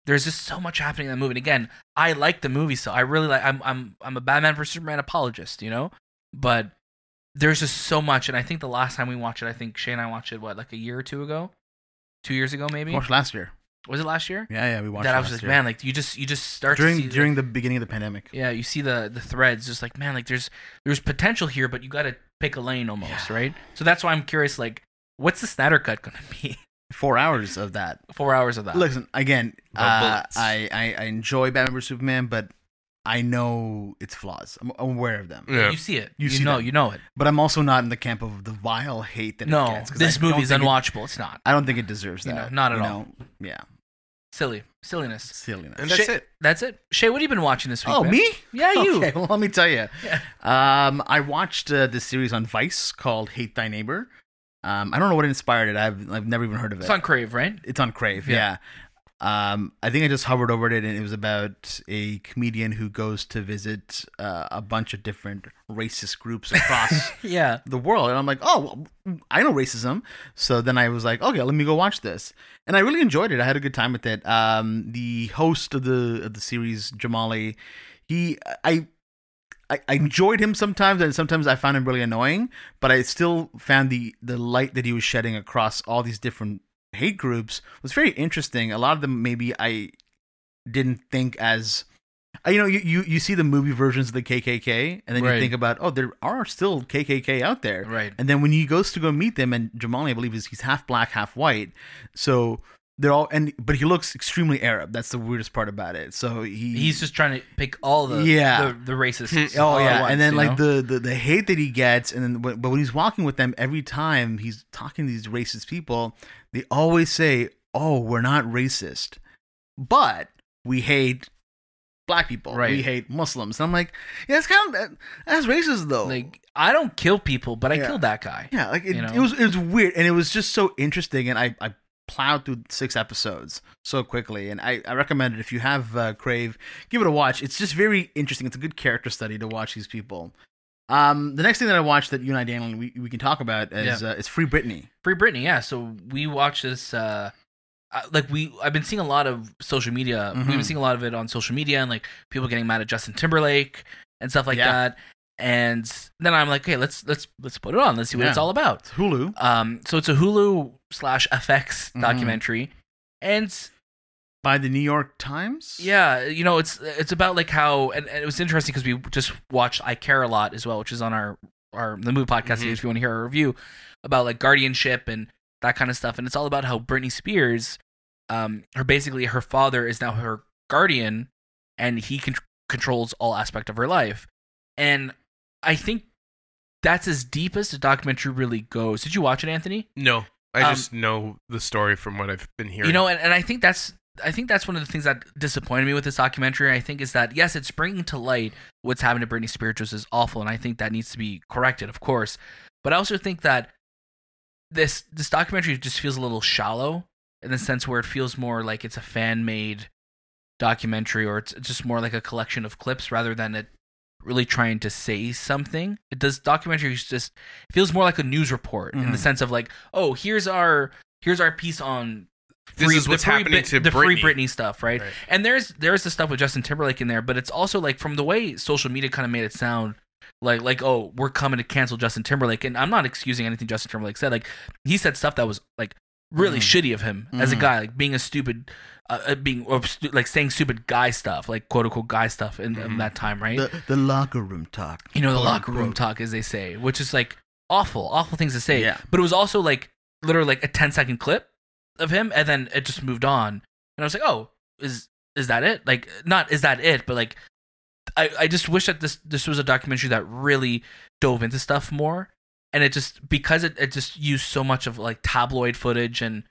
there's just so much happening in that movie. And again, I like the movie, so I really like I'm I'm I'm a Batman versus Superman apologist, you know? But there's just so much and I think the last time we watched it, I think Shane and I watched it what, like a year or two ago? Two years ago maybe? Watched last year. Was it last year? Yeah, yeah, we watched that I was last like, year. man, like you just you just start to during see, like- during the beginning of the pandemic. yeah, you see the the threads, just like man, like there's there's potential here, but you got to pick a lane almost, Yeah. right? So that's why I'm curious, like, what's the Snyder cut gonna be? Four hours of that. Four hours of that. Listen, again, The uh, bullets. I, I I enjoy Batman vs Superman, but I know its flaws. I'm aware of them, Yeah. You see it. You You, see know. them. You know it. but I'm also not in the camp of the vile hate that it No, gets. 'cause I this don't movie's think it- unwatchable. it's not I don't think it deserves You that. know, not at you all. know? Yeah, silly. Silliness. silliness. And that's Shay- it. That's it. Shay, what have you been watching this week? oh, man? me? Yeah, you. Okay, well, let me tell you. Yeah. Um, I watched uh, this series on Vice called Hate Thy Neighbor. Um, I don't know what inspired it. I've I've never even heard of it. It's on Crave, right? It's on Crave. Yeah. Yeah. Um, I think I just hovered over it, and it was about a comedian who goes to visit uh, a bunch of different racist groups across Yeah. the world. And I'm like, oh, well, I know racism. So then I was like, okay, let me go watch this. And I really enjoyed it. I had a good time with it. Um, the host of the of the series, Jamali, he, I, I, I enjoyed him sometimes, and sometimes I found him really annoying. But I still found the the light that he was shedding across all these different hate groups was very interesting. A lot of them maybe I didn't think as I- you know you, you, you see the movie versions of the KKK and then Right. you think about oh there are still KKK out there Right. and then when he goes to go meet them, and Jamali, I believe, is he's half black, half white. So they're all and but he looks extremely Arab. That's the weirdest part about it. So he He's just trying to pick all the the, Yeah. the racists. oh all at yeah, once, and then you like know? the, the the hate that he gets, and then when, but when he's walking with them, every time he's talking to these racist people, they always say, "Oh, we're not racist, but we hate." Black people, Right. we hate Muslims. And I'm like, yeah, that's kind of that's racist though. like I don't kill people, but I Yeah. killed that guy. Yeah, like it, you know? it was it was weird and it was just so interesting and I, I plowed through six episodes so quickly and I, I recommend it if you have uh, Crave, give it a watch. It's just very interesting. It's a good character study to watch these people. Um, the next thing that I watched that you and I, Daniel, we, we can talk about is uh, is Free Britney. Free Britney, yeah. So we watch this. Uh, uh, like we, I've been seeing a lot of social media. We've been Mhm. seeing a lot of it on social media, and like people getting mad at Justin Timberlake and stuff like Yeah. that. And then I'm like, hey, let's let's let's put it on. Let's see what it's Yeah. all about. It's Hulu. Um, so it's a Hulu slash FX Mhm. documentary, and by the New York Times. yeah, you know, it's it's about like how, and, and it was interesting because we just watched I Care a Lot as well, which is on our our the movie podcast. Mhm. If you want to hear our review about like guardianship and that kind of stuff, and it's all about how Britney Spears, um, her basically her father is now her guardian, and he con- controls all aspect of her life, and I think that's as deep as the documentary really goes. Did you watch it, Anthony? No, I Um, just know the story from what I've been hearing. You know, and, and I think that's I think that's one of the things that disappointed me with this documentary. I think is that yes, it's bringing to light what's happened to Britney Spears, which is awful, and I think that needs to be corrected, of course. But I also think that this this documentary just feels a little shallow in the sense where it feels more like it's a fan made documentary, or it's just more like a collection of clips rather than it really trying to say something. It does documentaries just it feels more like a news report in the Mhm. sense of like, oh, here's our here's our piece on This is what's free happening Brit- to the free Britney. Britney stuff, right? Right. And there's there's the stuff with Justin Timberlake in there, but it's also like from the way social media kind of made it sound like like oh we're coming to cancel Justin Timberlake, and I'm not excusing anything Justin Timberlake said. Like he said stuff that was like really Mm. Mhm. shitty of him as a Mhm. guy, like being a stupid, uh, uh, being or stu- like saying stupid guy stuff, like quote unquote guy stuff in, in Mhm. that time, right? The, the locker room talk. you know the quote, locker room unquote. talk, as they say, which is like awful, awful things to say. Yeah. But it was also like literally like a 10 second clip of him and then it just moved on. And I was like, "Oh, is is that it?" Like not is that it, but like I I just wish that this this was a documentary that really dove into stuff more and it just because it, it just used so much of like tabloid footage and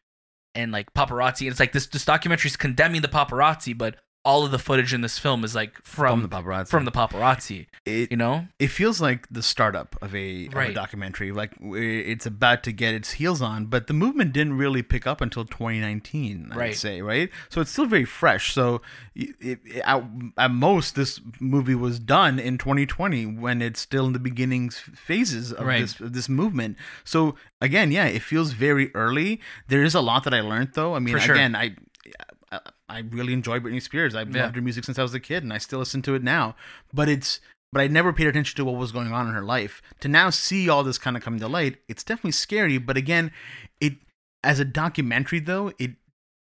and like paparazzi and it's like this this documentary is condemning the paparazzi but all of the footage in this film is like From from the paparazzi. from the paparazzi It, you know it feels like the startup of a, of a Right. documentary. Like w- it's about to get its heels on, but the movement didn't really pick up until 2019. I'd Right. say right. So it's still very fresh. So it, it, at, at most, this movie was done in 2020 when it's still in the beginnings phases of Right. this of this movement. So again, yeah, it feels very early. There is a lot that I learned though. I mean, For sure. again, I. I- I really enjoy Britney Spears. I've Yeah. loved her music since I was a kid, and I still listen to it now. But it's but I never paid attention to what was going on in her life. To now see all this kind of come to light, it's definitely scary. But again, it as a documentary though, it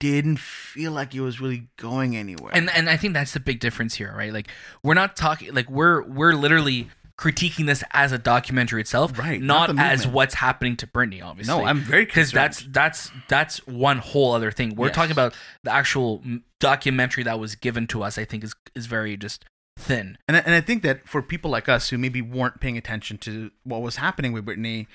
didn't feel like it was really going anywhere. and and I think that's the big difference here, right? Like we're not talking like we're we're literally critiquing this as a documentary itself, Right, Not, not the as movement. what's happening to Britney, obviously. no, I'm very because concerned. that's that's that's one whole other thing. We're Yes. talking about the actual mm, documentary that was given to us. I think is is very just thin. And I, and I think that for people like us who maybe weren't paying attention to what was happening with Britney,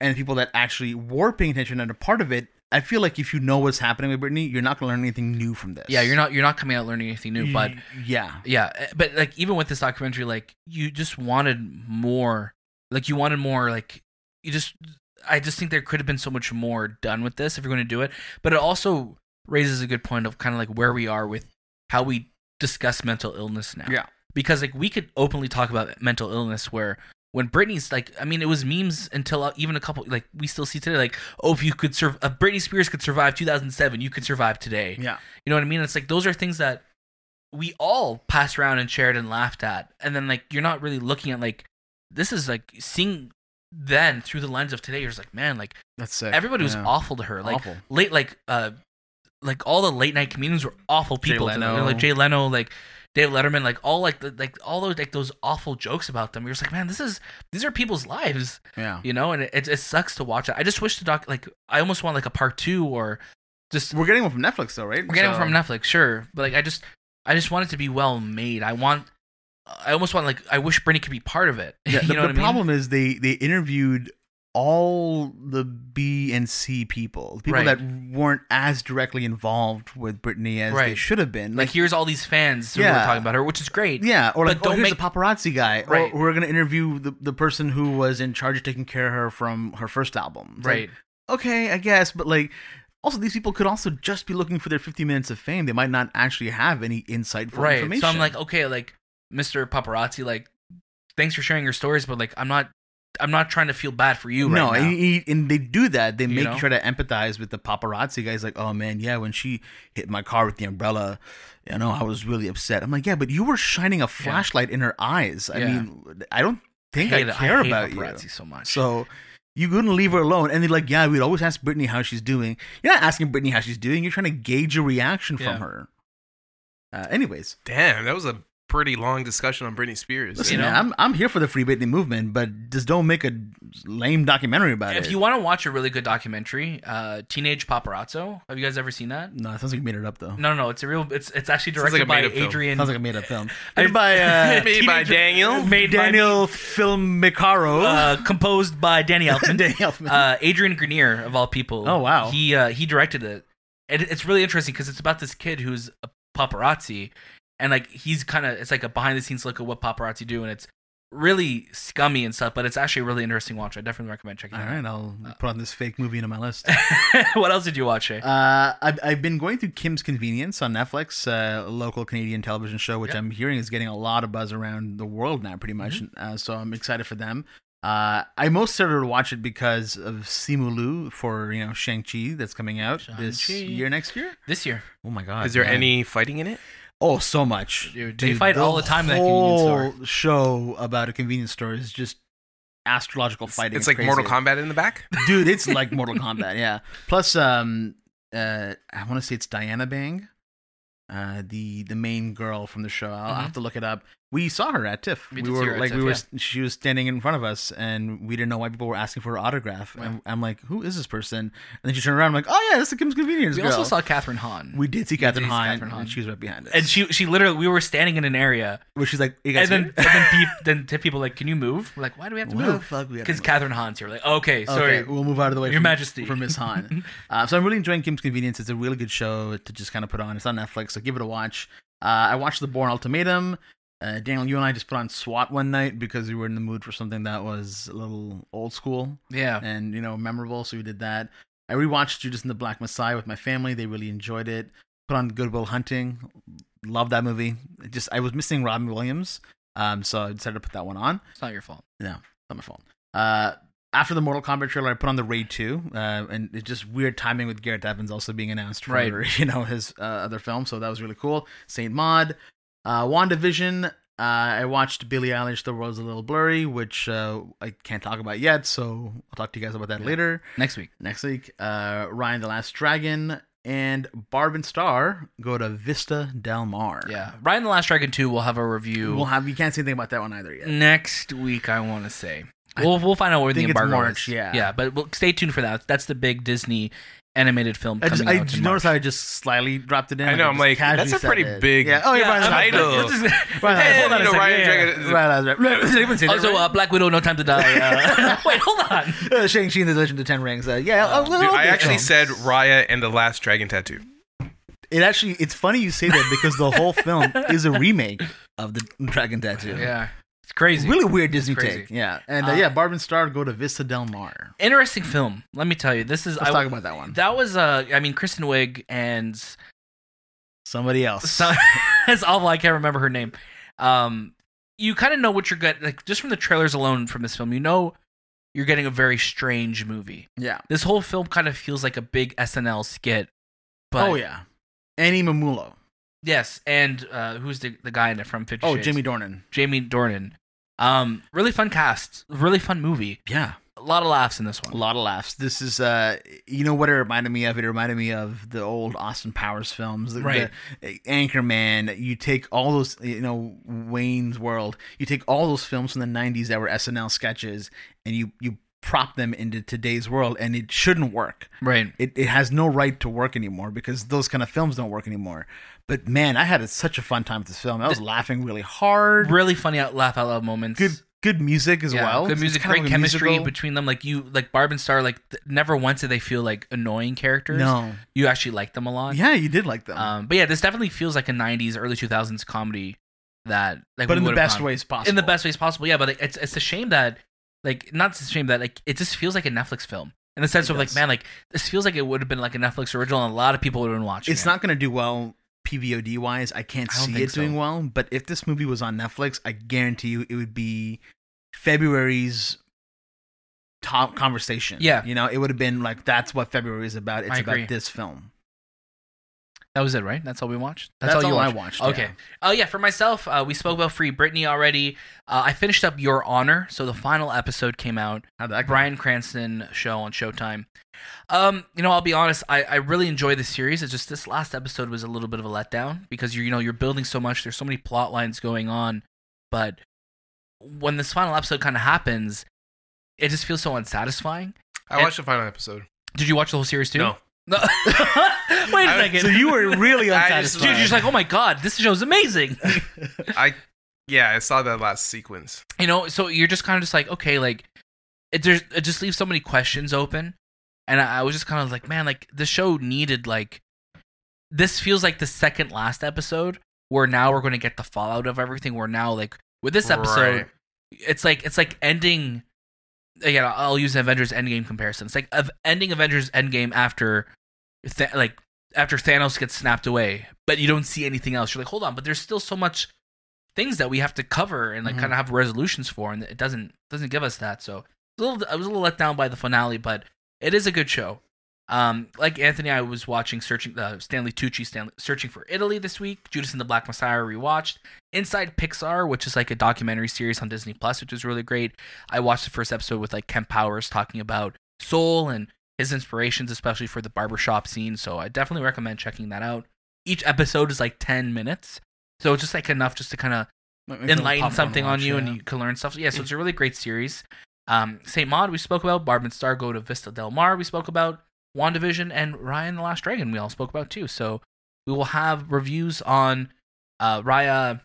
and people that actually were paying attention and a part of it, I feel like if you know what's happening with Britney, you're not going to learn anything new from this. Yeah, you're not you're not coming out learning anything new, but Y- yeah, yeah, eh, but like even with this documentary, like you just wanted more. Like you wanted more. Like you just, I just think there could have been so much more done with this if you're going to do it. But it also raises a good point of kind of like where we are with how we discuss mental illness now. Yeah. because like we could openly talk about mental illness where. When Britney's like, I mean, it was memes until uh, even a couple, like we still see today, like, oh, if you could serve, if Britney Spears could survive 2007, you could survive today. yeah. You know what I mean? It's like those are things that we all passed around and shared and laughed at. And then like you're not really looking at like this is like seeing then through the lens of today, you're just like, man, like That's sick. everybody was Yeah. awful to her. Like Awful. late like uh like all the late night comedians were awful Jay people. to them. You know, Leno. like Jay Leno, like Dave Letterman, like all like the, like all those like those awful jokes about them. You're just like, man, this is these are people's lives Yeah. you know and it, it, it sucks to watch it i just wish the doc like i almost want like a part two or just We're getting one from Netflix though, right? we're getting it So- from Netflix, sure, but like I just, I just want it to be well made. I want, I almost want like I wish Britney could be part of it. Yeah, you know the the what I mean? problem is they they interviewed all the B and C people, people Right. that weren't as directly involved with Britney as they Right. should have been. like here's all these fans who were Yeah. talking about her, which is great. Yeah, or like, But oh, don't here's make- the paparazzi guy. Right. Or we're gonna interview the, the person who was in charge of taking care of her from her first album. It's like, right. okay, I guess, but like, also these people could also just be looking for their 50 minutes of fame. They might not actually have any insightful Right. information. So I'm like, okay, like Mr. Paparazzi, like thanks for sharing your stories, but like I'm not, I'm not trying to feel bad for you no, right now. and, he- and they do that. They You make you, know? try to empathize with the paparazzi guys. Like, oh man, yeah, when she hit my car with the umbrella, you know, I was really upset. I'm like, yeah, but you were shining a flashlight in her eyes. I Yeah. mean, I don't think I, hate it. care hate about you. paparazzi so much. So you couldn't leave her alone. And they're like, yeah, we'd always ask Brittany how she's doing. You're not asking Brittany how she's doing. You're trying to gauge a reaction Yeah. from her. Uh, anyways, Damn, that was a pretty long discussion on Britney Spears. listen, You know? man, I'm, I'm here for the Free Britney movement, but just don't make a lame documentary about if it. you want to watch a really good documentary, uh, Teenage Paparazzo, have you guys ever seen that? no, it sounds like you made it up, though. No, no, no. It's a real. It's it's actually Sounds directed by like a made-up film. Adrian. Sounds like a made up film. It's- Made by uh, Made by Teenage- Daniel. Made by Daniel Filmicaro. uh, composed by Danny Elfman. Danny Elfman. uh, Adrian Grenier, of all people. Oh, wow. He uh, he directed it, and it- it's really interesting because it's about this kid who's a paparazzi, and like he's kind of it's like a behind the scenes look at what paparazzi do, and it's really scummy and stuff, but it's actually a really interesting watch. I definitely recommend checking All it out. right, I'll uh, put on this fake movie into my list. what else did you watch? eh? Shay? Uh, I've, I've been going through Kim's Convenience on Netflix, uh, a local Canadian television show, which Yeah. Mm-hmm. I'm hearing is getting a lot of buzz around the world now, pretty much. Uh, so I'm excited for them. Uh, I most started to watch it because of Simu Liu for you know Shang Chi that's coming out this Shang-Chi. year next year. This year, Oh my god! Is there yeah. any fighting in it? Oh, so much. Dude, they fight all the time in that convenience whole store. show about a convenience store is just astrological fighting. It's like crazy. Mortal Kombat in the back. dude. It's like Mortal Kombat. Yeah. Plus, um, uh, I want to say it's Diana Bang, uh, the the main girl from the show. I'll I'll have to look it up. We saw her at TIFF. Mm-hmm. We We, did see her were at like, TIFF, we were. She was standing in front of us, and we didn't know why people were asking for her autograph. And I'm like, who is this person? And then she turned around. I'm like, oh yeah, this is Kim's convenience We girl. also saw Catherine Hahn. we did see Catherine see Hahn, Catherine Hahn. and she was right behind us. and she she literally we were standing in an area where she's like, you guys and then, here? and then, peop, then t- people like can you move we're like why do we have to Why the move fuck we have to because move? Catherine Hahn's here We're like okay sorry Okay, we'll move out of the way. Your from- Majesty. From Miss Han. uh, so I'm really enjoying Kim's Convenience. It's a really good show to just kind of put on. It's on Netflix, so give it a watch. Uh, I watched The Born Ultimatum. Uh, Daniel, you and I just put on SWAT one night because we were in the mood for something that was a little old school yeah and, you know, memorable. So we did that. I rewatched Judas and the Black Messiah with my family. They really enjoyed it. Put on Goodwill Hunting. Love that movie. It just I was missing Robin Williams, um, so I decided to put that one on it's not your fault not my fault. Uh, after the Mortal Kombat trailer, I put on the Raid 2, uh, and it's just weird timing with Garrett Evans also being announced for Right. you know his uh, other film, so that was really cool. Saint Maud, uh, WandaVision. Uh, I watched Billie Eilish, The World's a Little Blurry, which uh, I can't talk about yet, so I'll talk to you guys about that Yeah. later next week next week. Uh, Ryan the Last Dragon and Barb and Star go to Vista Del Mar. yeah Ryan the Last Dragon 2 will have a review we'll have. You can't say anything about that one either yet. next week I want to say I we'll we'll find out where think the it's embargo March, is yeah. yeah but we'll stay tuned for that that's the big Disney animated film I coming just, I out just in noticed how March. I just slyly dropped it in. I know, I'm just like, casually that's a said pretty it. big- Yeah. Oh, yeah. Yeah, Brian's I'm like, right. title. let's just- Brian's Hey, right. you know, Hold on a Ryan second. Dragon- Yeah, yeah. Right, right, right. Did anyone say that also right? uh, Black Widow No Time to Die uh, wait hold on Uh, Shang-Chi and the Legend of Ten Rings. Uh, yeah, a little Oh, Dude, I bit actually film. said Raya and the Last Dragon Tattoo. it. Actually, it's funny you say that because the whole film is a remake of the Dragon Tattoo. yeah it's crazy really weird Disney Crazy. take. Yeah, and uh, Uh, yeah, Barb and Star go to Vista Del Mar. interesting film let me tell you this is Let's I, talk about that one. That was uh I mean Kristen Wiig and Somebody else. so, that's all I can't remember her name. Um you kind of know what you're getting like just from the trailers alone from this film, you know you're getting a very strange movie. yeah. This whole film kind of feels like a big SNL skit. But oh yeah, Annie Mamulo. Yes, and uh who's the the guy in it from 50 Oh, Shades? Jimmy Dornan. Jamie Dornan. Um really fun cast, really fun movie. Yeah. A lot of laughs in this A one. lot of laughs. This is, uh, you know what it reminded me of? It reminded me of the old Austin Powers films, the, Right. the Anchorman. You take all those, you know, Wayne's World. You take all those films from the '90s that were SNL sketches, and you you prop them into today's world, and it shouldn't work. Right. It it has no right to work anymore because those kind of films don't work anymore. But man, I had a, such a fun time with this film. I was laughing really hard. Really funny out laugh out loud moments. Good good music as Yeah, well. Good It's music, kind of great a chemistry musical. between them. Like you, like Barb and Star, like th- never once did they feel like annoying characters. No, you actually like them a lot. yeah, you did like them. Um, but yeah, this definitely feels like a '90s, early 2000s comedy that, like, but we in the would've best gone- ways possible. in the best ways possible. Yeah, but like, it's it's a shame that, like, not it's a shame that like it just feels like a Netflix film in the sense It of like, does. man, like this feels like it would have been like a Netflix original, and a lot of people would have been watching. It's it. not going to do well PVOD wise. I can't I don't see think it doing so. well. But if this movie was on Netflix, I guarantee you it would be February's top conversation. Yeah. you know, it would have been like that's what February is about. It's I about agree. this film. That was it, right? That's all we watched. That's, all, you I watched? watched. Okay. Oh yeah, for myself, uh, we spoke about Free Britney already. Uh, I finished up Your Honor, so the final episode came out. How that go? Brian Cranston show on Showtime. Um, you know, I'll be honest, I, I really enjoy this series. It's just this last episode was a little bit of a letdown because you're you know you're building so much. There's so many plot lines going on, but when this final episode kind of happens, it just feels so unsatisfying. I And- watched the final episode. Did you watch the whole series too? No. No. Wait a I- second. So you were really I unsatisfied. just- Dude, you're just like, oh my god, this show's amazing. I yeah, I saw that last sequence. you know so you're just kind of just like okay like it, there's, it just leaves so many questions open and I, I was just kind of like man like the show needed like this feels like the second last episode where now we're going to get the fallout of everything where now like with this episode Right. it's like it's like ending again i'll I'll use an avengers endgame comparison it's like of ending avengers endgame after Th- like after thanos gets snapped away but you don't see anything else you're like hold on but there's still so much things that we have to cover and like Mhm. kind of have resolutions for, and it doesn't doesn't give us that. So a little, I was a little let down by the finale, but it is a good show. Um, like Anthony, I was watching searching uh, Stanley Tucci, Stanley, searching for Italy this week. Judas and the Black Messiah rewatched. Inside Pixar, which is like a documentary series on Disney Plus, which was really great. I watched the first episode with like Ken Powers talking about Soul and his inspirations, especially for the barbershop scene. So I definitely recommend checking that out. Each episode is like ten minutes, so it's just like enough just to kind of enlighten something on you and you can learn stuff. Yeah, so it's a really great series. Um, Saint Maud we spoke about, Barb and Star go to Vista Del Mar we spoke about, WandaVision and Ryan the Last Dragon we all spoke about too. So we will have reviews on uh, Raya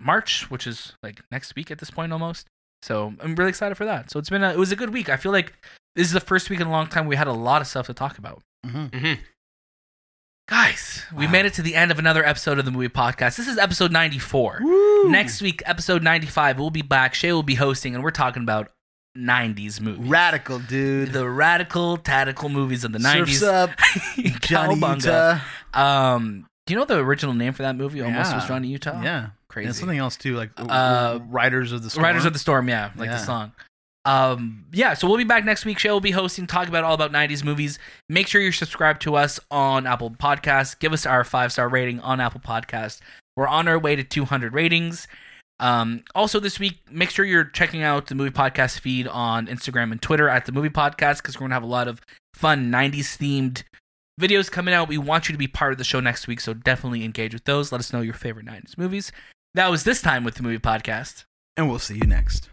March, which is like next week at this point almost. So I'm really excited for that. So it's been a, it was a good week. I feel like this is the first week in a long time we had a lot of stuff to talk about. hmm Mm-hmm. Guys, we Wow. made it to the end of another episode of the Movie Podcast. This is episode 94. Next week, episode 95, we'll be back. Shay will be hosting, and we're talking about 90s movies. radical dude. The radical, tactical movies of the Surfs 90s. up, Johnny Cowabunga. Utah. Um, do you know the original name for that movie? Almost Yeah. was Johnny Utah? Yeah, Oh, Crazy. and something else too, like Uh, Riders of the Storm. Riders of the Storm, yeah, like Yeah. the song. Um, yeah, so we'll be back next week. Shay will be hosting, talk about all about 90s movies. Make sure you're subscribed to us on Apple Podcasts. Give us our five star rating on Apple Podcasts. We're on our way to 200 ratings. Um, also, this week, make sure you're checking out the movie podcast feed on Instagram and Twitter at the movie podcast because we're going to have a lot of fun 90s themed videos coming out. We want you to be part of the show next week, so definitely engage with those. Let us know your favorite 90s movies. That was this time with the movie podcast. and we'll see you next.